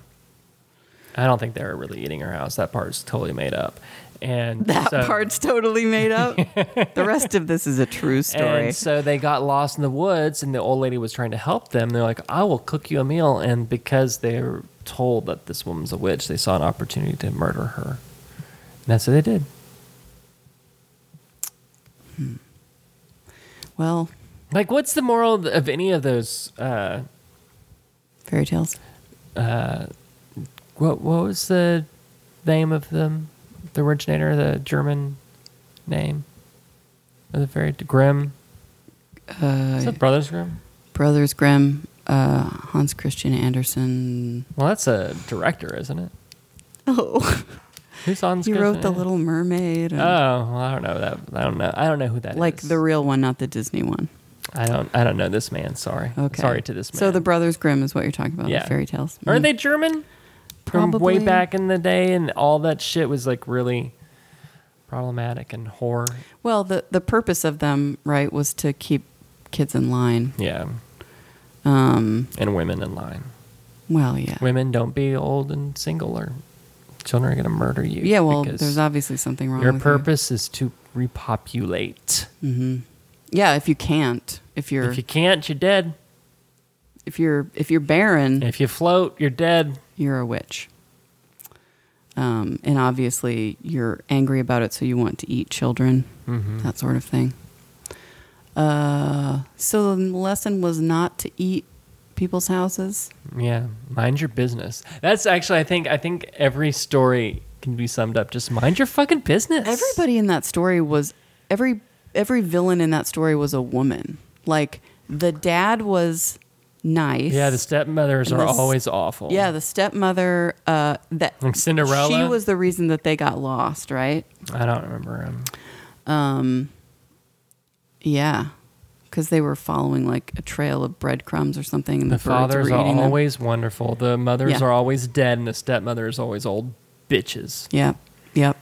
S2: I don't think they were really eating her house. That part's totally made up. And
S1: That
S2: so-
S1: part's totally made up. the rest of this is a true story.
S2: And so they got lost in the woods, and the old lady was trying to help them. They're like, "I will cook you a meal," and because they were told that this woman's a witch, they saw an opportunity to murder her. And that's what they did.
S1: well,
S2: Like, what's the moral of any of those? Uh,
S1: fairy tales.
S2: what What was the name of them? The originator, the German name of the fairy Grimm. Is
S1: Uh,
S2: it Brothers Grimm?
S1: Brothers Grimm, uh, Hans Christian Andersen.
S2: Well, that's a director, isn't it?
S1: Oh,
S2: Who's on?
S1: he wrote The Little Mermaid.
S2: Oh,
S1: and-
S2: well, I don't know that. I don't know. I don't know who that is.
S1: like the real one, not the Disney one.
S2: I don't. I don't know this man. Sorry.
S1: Okay.
S2: Sorry to this man.
S1: So the Brothers Grimm is what you're talking about. the
S2: Yeah.
S1: fairy tales.
S2: are
S1: Mm.
S2: they German? From way
S1: Probably.
S2: back in the day, and all that shit was like really problematic and horror.
S1: Well, the the purpose of them, right, was to keep kids in line.
S2: Yeah,
S1: Um,
S2: and women in line.
S1: well, yeah,
S2: Women don't be old and single, or children are gonna murder you.
S1: yeah. Well,
S2: because
S1: there's obviously something wrong.
S2: your
S1: with
S2: purpose is to repopulate.
S1: You. Yeah, if you can't, if you're
S2: If you can't, you're dead.
S1: if you're if you're barren,
S2: If you float, you're dead.
S1: you're a witch. Um, and obviously, you're angry about it, so you want to eat children,
S2: Mm-hmm.
S1: that sort of thing. Uh, so the lesson was not to eat people's houses.
S2: Yeah, mind your business. That's actually, I think, I think every story can be summed up. Just mind your fucking business.
S1: Everybody in that story was every every villain in that story was a woman. Like the dad was nice.
S2: Yeah, the stepmothers
S1: And
S2: are
S1: this-
S2: always awful.
S1: yeah the stepmother. Uh, that
S2: Like Cinderella?
S1: She was the reason that they got lost, right?
S2: I don't remember him.
S1: Um, yeah, because they were following like a trail of breadcrumbs or something, and the,
S2: The
S1: birds were
S2: fathers are
S1: eating them.
S2: always wonderful. The mothers
S1: Yeah.
S2: are always dead, and the stepmother is always old bitches.
S1: Yep, yep.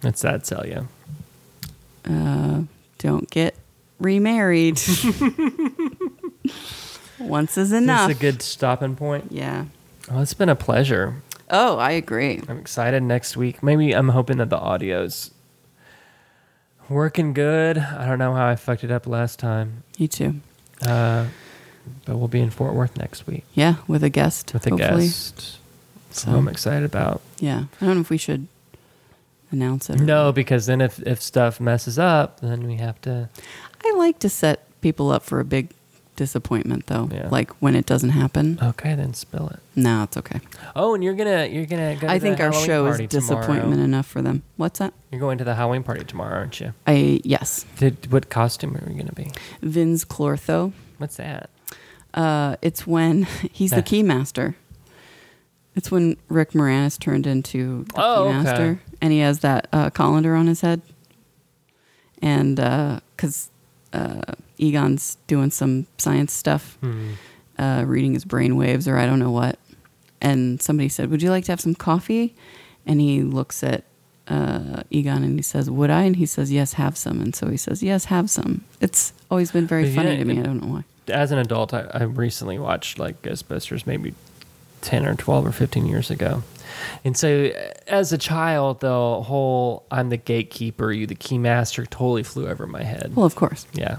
S2: That's that tell you.
S1: Don't get remarried. Once is enough.
S2: That's a good stopping point.
S1: yeah.
S2: Well, it's been a pleasure.
S1: Oh, I agree.
S2: I'm excited next week. Maybe I'm hoping that the audio's working good. I don't know how I fucked it up last time,
S1: You too.
S2: uh, but we'll be in Fort Worth next week
S1: Yeah, with a guest.
S2: with a
S1: hopefully.
S2: guest. So
S1: So-
S2: I'm excited about.
S1: Yeah. I don't know if we should announce it. or-
S2: No, because then if, if stuff messes up, then we have to.
S1: I like to set people up for a big disappointment, though.
S2: Yeah. Oh.
S1: Like when it doesn't happen.
S2: Okay, then spill it.
S1: no, it's okay.
S2: Oh, and you're gonna you're gonna. Go to
S1: I
S2: the
S1: think our
S2: Halloween
S1: show is
S2: party
S1: disappointment
S2: Tomorrow.
S1: enough for them. What's that?
S2: You're going to the Halloween party tomorrow, aren't you?
S1: I yes,
S2: Did, what costume are you gonna be?
S1: Vin's Clortho.
S2: What's that?
S1: Uh, it's when he's
S2: Yeah.
S1: the keymaster. It's when Rick Moranis turned into the
S2: Oh, okay.
S1: keymaster, and he has that uh, colander on his head, and because uh, Egon's doing some science stuff,
S2: Hmm.
S1: uh, reading his brain waves or I don't know what. And somebody said, Would you like to have some coffee? And he looks at uh, Egon and he says, Would I? And he says, Yes, have some. And so he says, Yes, have some. It's always been very
S2: Yeah,
S1: funny to
S2: it-
S1: me. I don't know why.
S2: as an adult, I, I recently watched like Ghostbusters maybe 10 or 12 or 15 years ago. And so uh, as a child, the whole I'm the gatekeeper, you the keymaster totally flew over my head.
S1: Well, of course.
S2: yeah.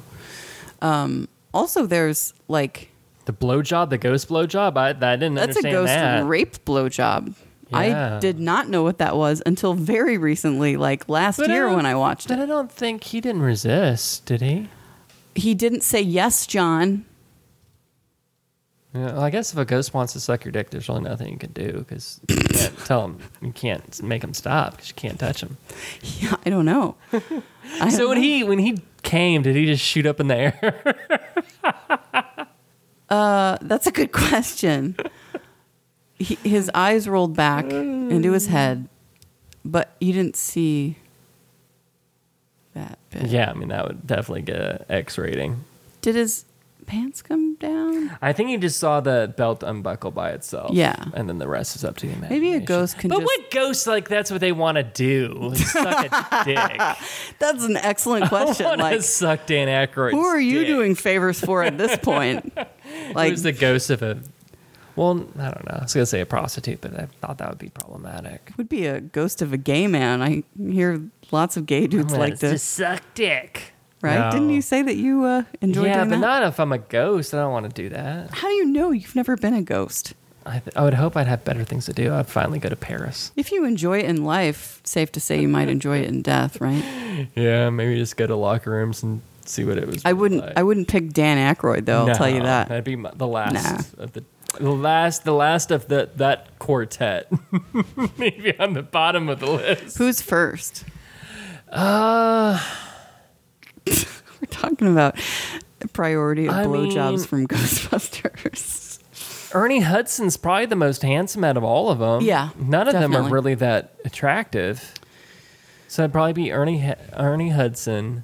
S1: Also, there's like,
S2: The blowjob, the ghost blowjob, I, I didn't
S1: that's a
S2: understand
S1: ghost
S2: that.
S1: rape blowjob. I
S2: Yeah.
S1: did not know what that was until very recently, like last
S2: But I
S1: year
S2: don't-
S1: when I watched
S2: But
S1: it.
S2: I don't think he didn't resist, did he?
S1: He didn't say, Yes, John.
S2: Yeah, well, I guess if a ghost wants to suck your dick, there's really nothing you can do because you can't tell him, you can't make him stop because you can't touch him.
S1: Yeah, I don't know. I
S2: So
S1: don't
S2: when
S1: know.
S2: he when he came, did he just shoot up in the air?
S1: That's a good question. he, his eyes rolled back into his head, but you didn't see that bit.
S2: Yeah, I mean that would definitely get an X rating.
S1: Did his pants come down?
S2: I think you just saw the belt unbuckle by itself.
S1: Yeah.
S2: and then the rest is up to you.
S1: Maybe a ghost can
S2: But
S1: just-
S2: what ghosts like? That's what they want to do. is Suck a dick.
S1: That's an excellent question.
S2: want
S1: Like,
S2: to suck Dan Aykroyd's
S1: who are you
S2: dick.
S1: doing favors for at this point? Like,
S2: Who's the ghost of a? Well, I don't know. I was gonna say a prostitute, but I thought that would be problematic.
S1: would be a ghost of a gay man. I hear lots of gay dudes like
S2: Let's
S1: this,
S2: Oh, Just suck dick.
S1: right? Didn't
S2: No.
S1: you say that you uh, enjoy
S2: yeah,
S1: doing
S2: but
S1: that?
S2: not if I'm a ghost. I don't want to do that.
S1: How do you know you've never been a ghost?
S2: I, th- I would hope I'd have better things to do. I'd finally go to Paris.
S1: If you enjoy it in life, safe to say you might enjoy it in death, right?
S2: Yeah, maybe just go to locker rooms and see what it was.
S1: I wouldn't.
S2: like.
S1: I wouldn't pick Dan Aykroyd though. I'll tell you
S2: No,
S1: that.
S2: That'd be my, the last of the, the last the last of the that quartet. Maybe on the bottom of the list.
S1: Who's first?
S2: Uh,
S1: We're talking about priority of
S2: I
S1: blowjobs
S2: mean-
S1: from Ghostbusters.
S2: Ernie Hudson's probably the most handsome out of all of them.
S1: Yeah,
S2: none of them
S1: definitely.
S2: are really that attractive. So it'd probably be Ernie Hu- Ernie Hudson,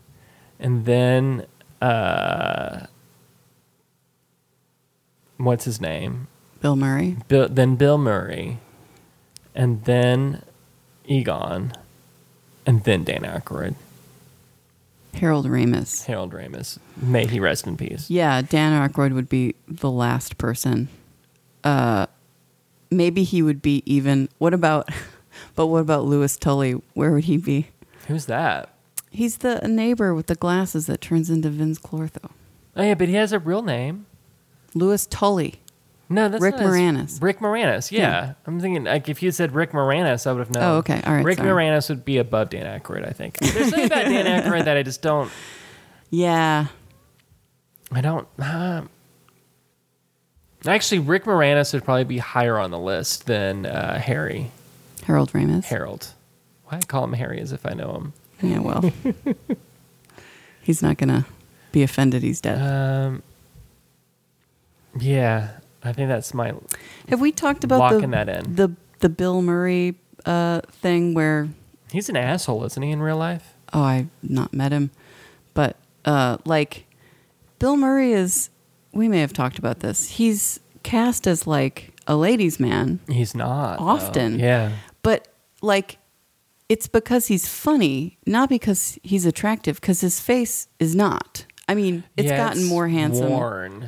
S2: and then uh, what's his name?
S1: Bill Murray.
S2: Bill, then Bill Murray, and then Egon, and then Dan Aykroyd,
S1: Harold Ramis.
S2: Harold Ramis. May he rest in peace.
S1: Yeah, Dan Aykroyd would be the last person. Uh, maybe he would be even. What about? But what about Louis Tully? Where would he be?
S2: Who's that?
S1: He's the neighbor with the glasses that turns into Vince Clortho.
S2: Oh yeah, but he has a real name.
S1: Louis Tully.
S2: No, that's
S1: Rick
S2: not his-
S1: Moranis.
S2: Rick Moranis. Yeah.
S1: Yeah.
S2: I'm thinking like if you said Rick Moranis, I would have known.
S1: Oh, okay. All right,
S2: Rick
S1: sorry.
S2: Moranis would be above Dan Aykroyd, I think. There's something about Dan Aykroyd that I just don't.
S1: Yeah.
S2: I don't. Uh, actually, Rick Moranis would probably be higher on the list than uh, Harry
S1: Harold Ramis.
S2: Harold. Why I call him Harry as if I know him.
S1: Yeah, well, he's not gonna be offended. He's dead.
S2: Um, yeah, I think that's my.
S1: Have we talked about the,
S2: locking that in.
S1: the the Bill Murray uh, thing where
S2: He's an asshole, isn't he in real life?
S1: oh I've not met him, but uh, like Bill Murray is we may have talked about this. He's cast as like a ladies' man,
S2: He's not though.
S1: Often.
S2: Yeah,
S1: but like it's because he's funny, not because he's attractive. Because his face is not. I mean, it's
S2: Yeah,
S1: gotten more handsome.
S2: Worn.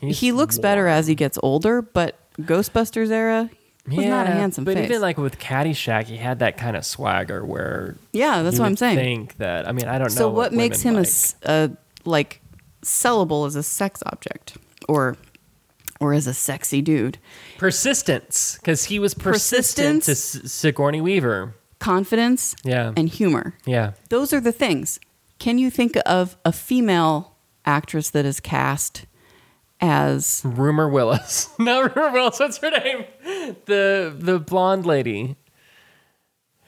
S2: He's
S1: he looks better
S2: worn.
S1: as he gets older, but Ghostbusters era he was not a
S2: Yeah,
S1: handsome
S2: but
S1: face.
S2: even like with Caddyshack, he had that kind of swagger where.
S1: yeah, that's
S2: you
S1: what I'm
S2: would
S1: saying.
S2: Think that I mean I don't know.
S1: so what makes him
S2: women
S1: a
S2: like.
S1: s a like sellable as a sex object or or as a sexy dude?
S2: persistence because he was persistent to S- Sigourney Weaver.
S1: Confidence
S2: Yeah,
S1: and humor.
S2: yeah.
S1: Those are the things. Can you think of a female actress that is cast as
S2: Rumor Willis. no, Rumor Willis. What's her name? The the blonde lady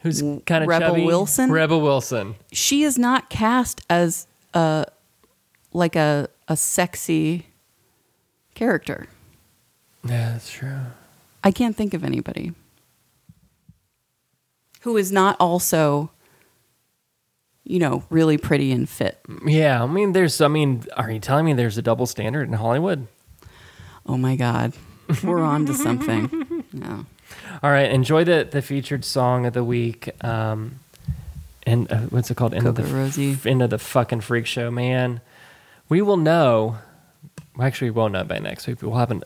S2: who's kind of
S1: Rebel
S2: chubby.
S1: Wilson?
S2: Rebel Wilson.
S1: she is not cast as a like a a sexy character.
S2: Yeah, that's true.
S1: I can't think of anybody who is not also, you know, really pretty and fit.
S2: Yeah, I mean, there's. I mean, are you telling me there's a double standard in Hollywood?
S1: Oh my God, we're on to something. No.
S2: All right, enjoy the the featured song of the week. Um, and uh, what's it called? End
S1: Coco
S2: of the
S1: Rosie.
S2: End of the fucking freak show, man. We will know. Well, actually, we won't know by next week. but We'll have an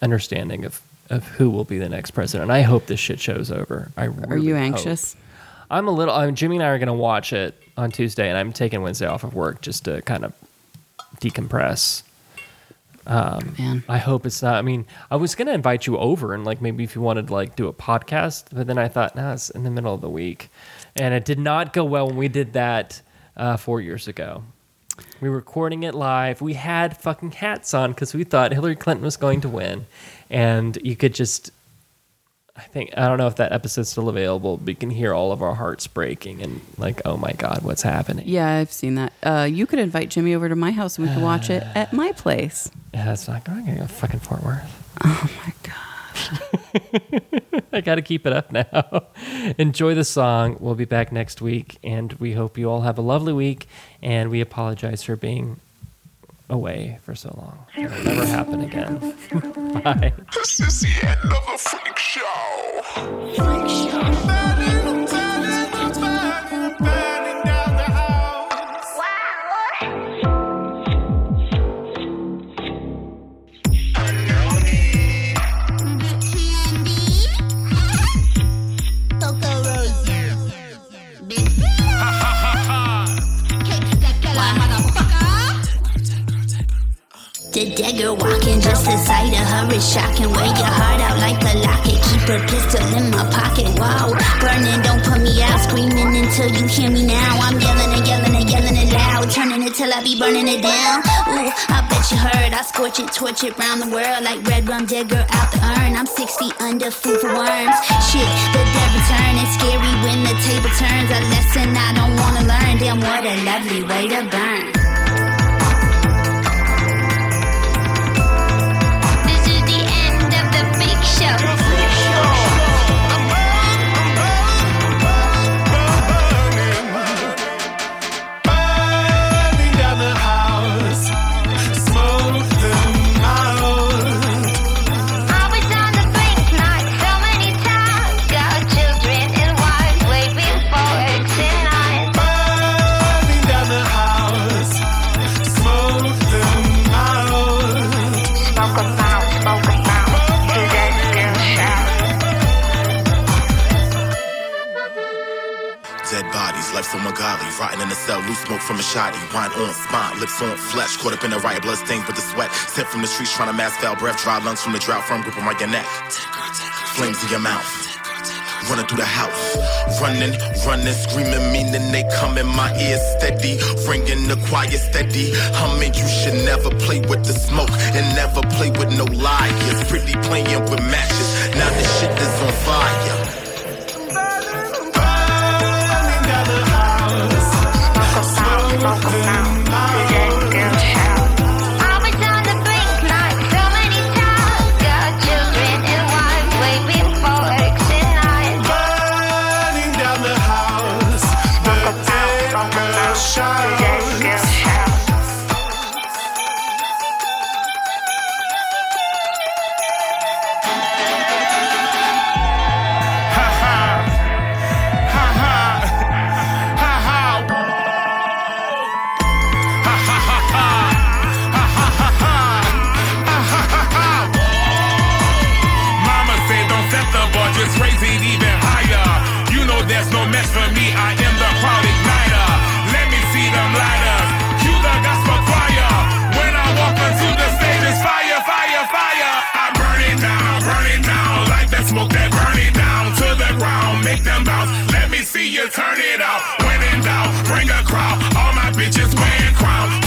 S2: understanding of of who will be the next president. And I hope this shit show's over. I
S1: Are
S2: really
S1: you
S2: hope.
S1: anxious?
S2: I'm a little. Um, Jimmy and I are going to watch it on Tuesday, and I'm taking Wednesday off of work just to kind of decompress.
S1: Man,
S2: I hope it's not. I mean, I was gonna invite you over and like maybe if you wanted to like do a podcast, but then I thought, nah, it's in the middle of the week, and it did not go well when we did that uh, four years ago. We were recording it live. We had fucking hats on because we thought Hillary Clinton was going to win, and you could just. I think I don't know if that episode's still available, but you can hear all of our hearts breaking and like, oh my god, what's happening?
S1: yeah, I've seen that. Uh, you could invite Jimmy over to my house and we could watch it at my place.
S2: Yeah, that's not going to go fucking Fort Worth.
S1: Oh my God.
S2: I got to keep it up now. Enjoy the song. We'll be back next week, and we hope you all have a lovely week. And we apologize for being away for so long. It'll never happen again. Bye.
S4: This is the end of a freak show. Freak show. Burning, burning, burning, burning down the house.
S5: The dagger walking just inside a hurry, shocking. Wear your heart out like a locket. Keep a pistol in my pocket. Wow, burning, don't put me out. Screaming until you hear me now. I'm yelling and yelling and yelling it loud. Turning it till I be burning it down. Ooh, I bet you heard. I scorch it, torch it round the world like red rum digger out the urn. I'm six feet under food for worms. Shit, the dead return. It's scary when the table turns. A lesson I don't wanna learn. Damn, what a lovely way to burn. This is the end of the freak show.
S4: I'm burning, I'm burning, burning, burning. Burning down the house. Smoke them out.
S5: I was on the brink, not so many times. Got children and wives waiting for tonight.
S4: Burning down the house. Smoke them out.
S5: Smoke about, smoke about, to that girl shout.
S6: Dead bodies, life's on Magali, rotting in a cell, loose smoke from a shoddy, wine on spine, lips on flesh, caught up in the riot, blood stains but the sweat, sent from the streets trying to mask foul breath, dry lungs from the drought, firm grip on my neck, flames in your mouth, running through the house. Running, running, screaming, meaning they come in my ears steady. Ringing the choir steady. Humming, you should never play with the smoke and never play with no liars. Pretty playing with matches, now this shit is on fire.
S4: I was on the brink like so many times. Got children and wife way before X and I.
S7: Burning down the house, birthday girl shouts.
S8: Mama said don't set the bar, just raise it even higher. You know there's no match for me, I am the proud igniter. Let me see them lighters, cue the gospel choir. When I walk onto the stage, it's fire, fire, fire. I burn it down, burn it down, like that smoke that burn it down to the ground, make them bounce. Let me see you turn it out. When in doubt, bring a crowd. All my bitches wearing crown.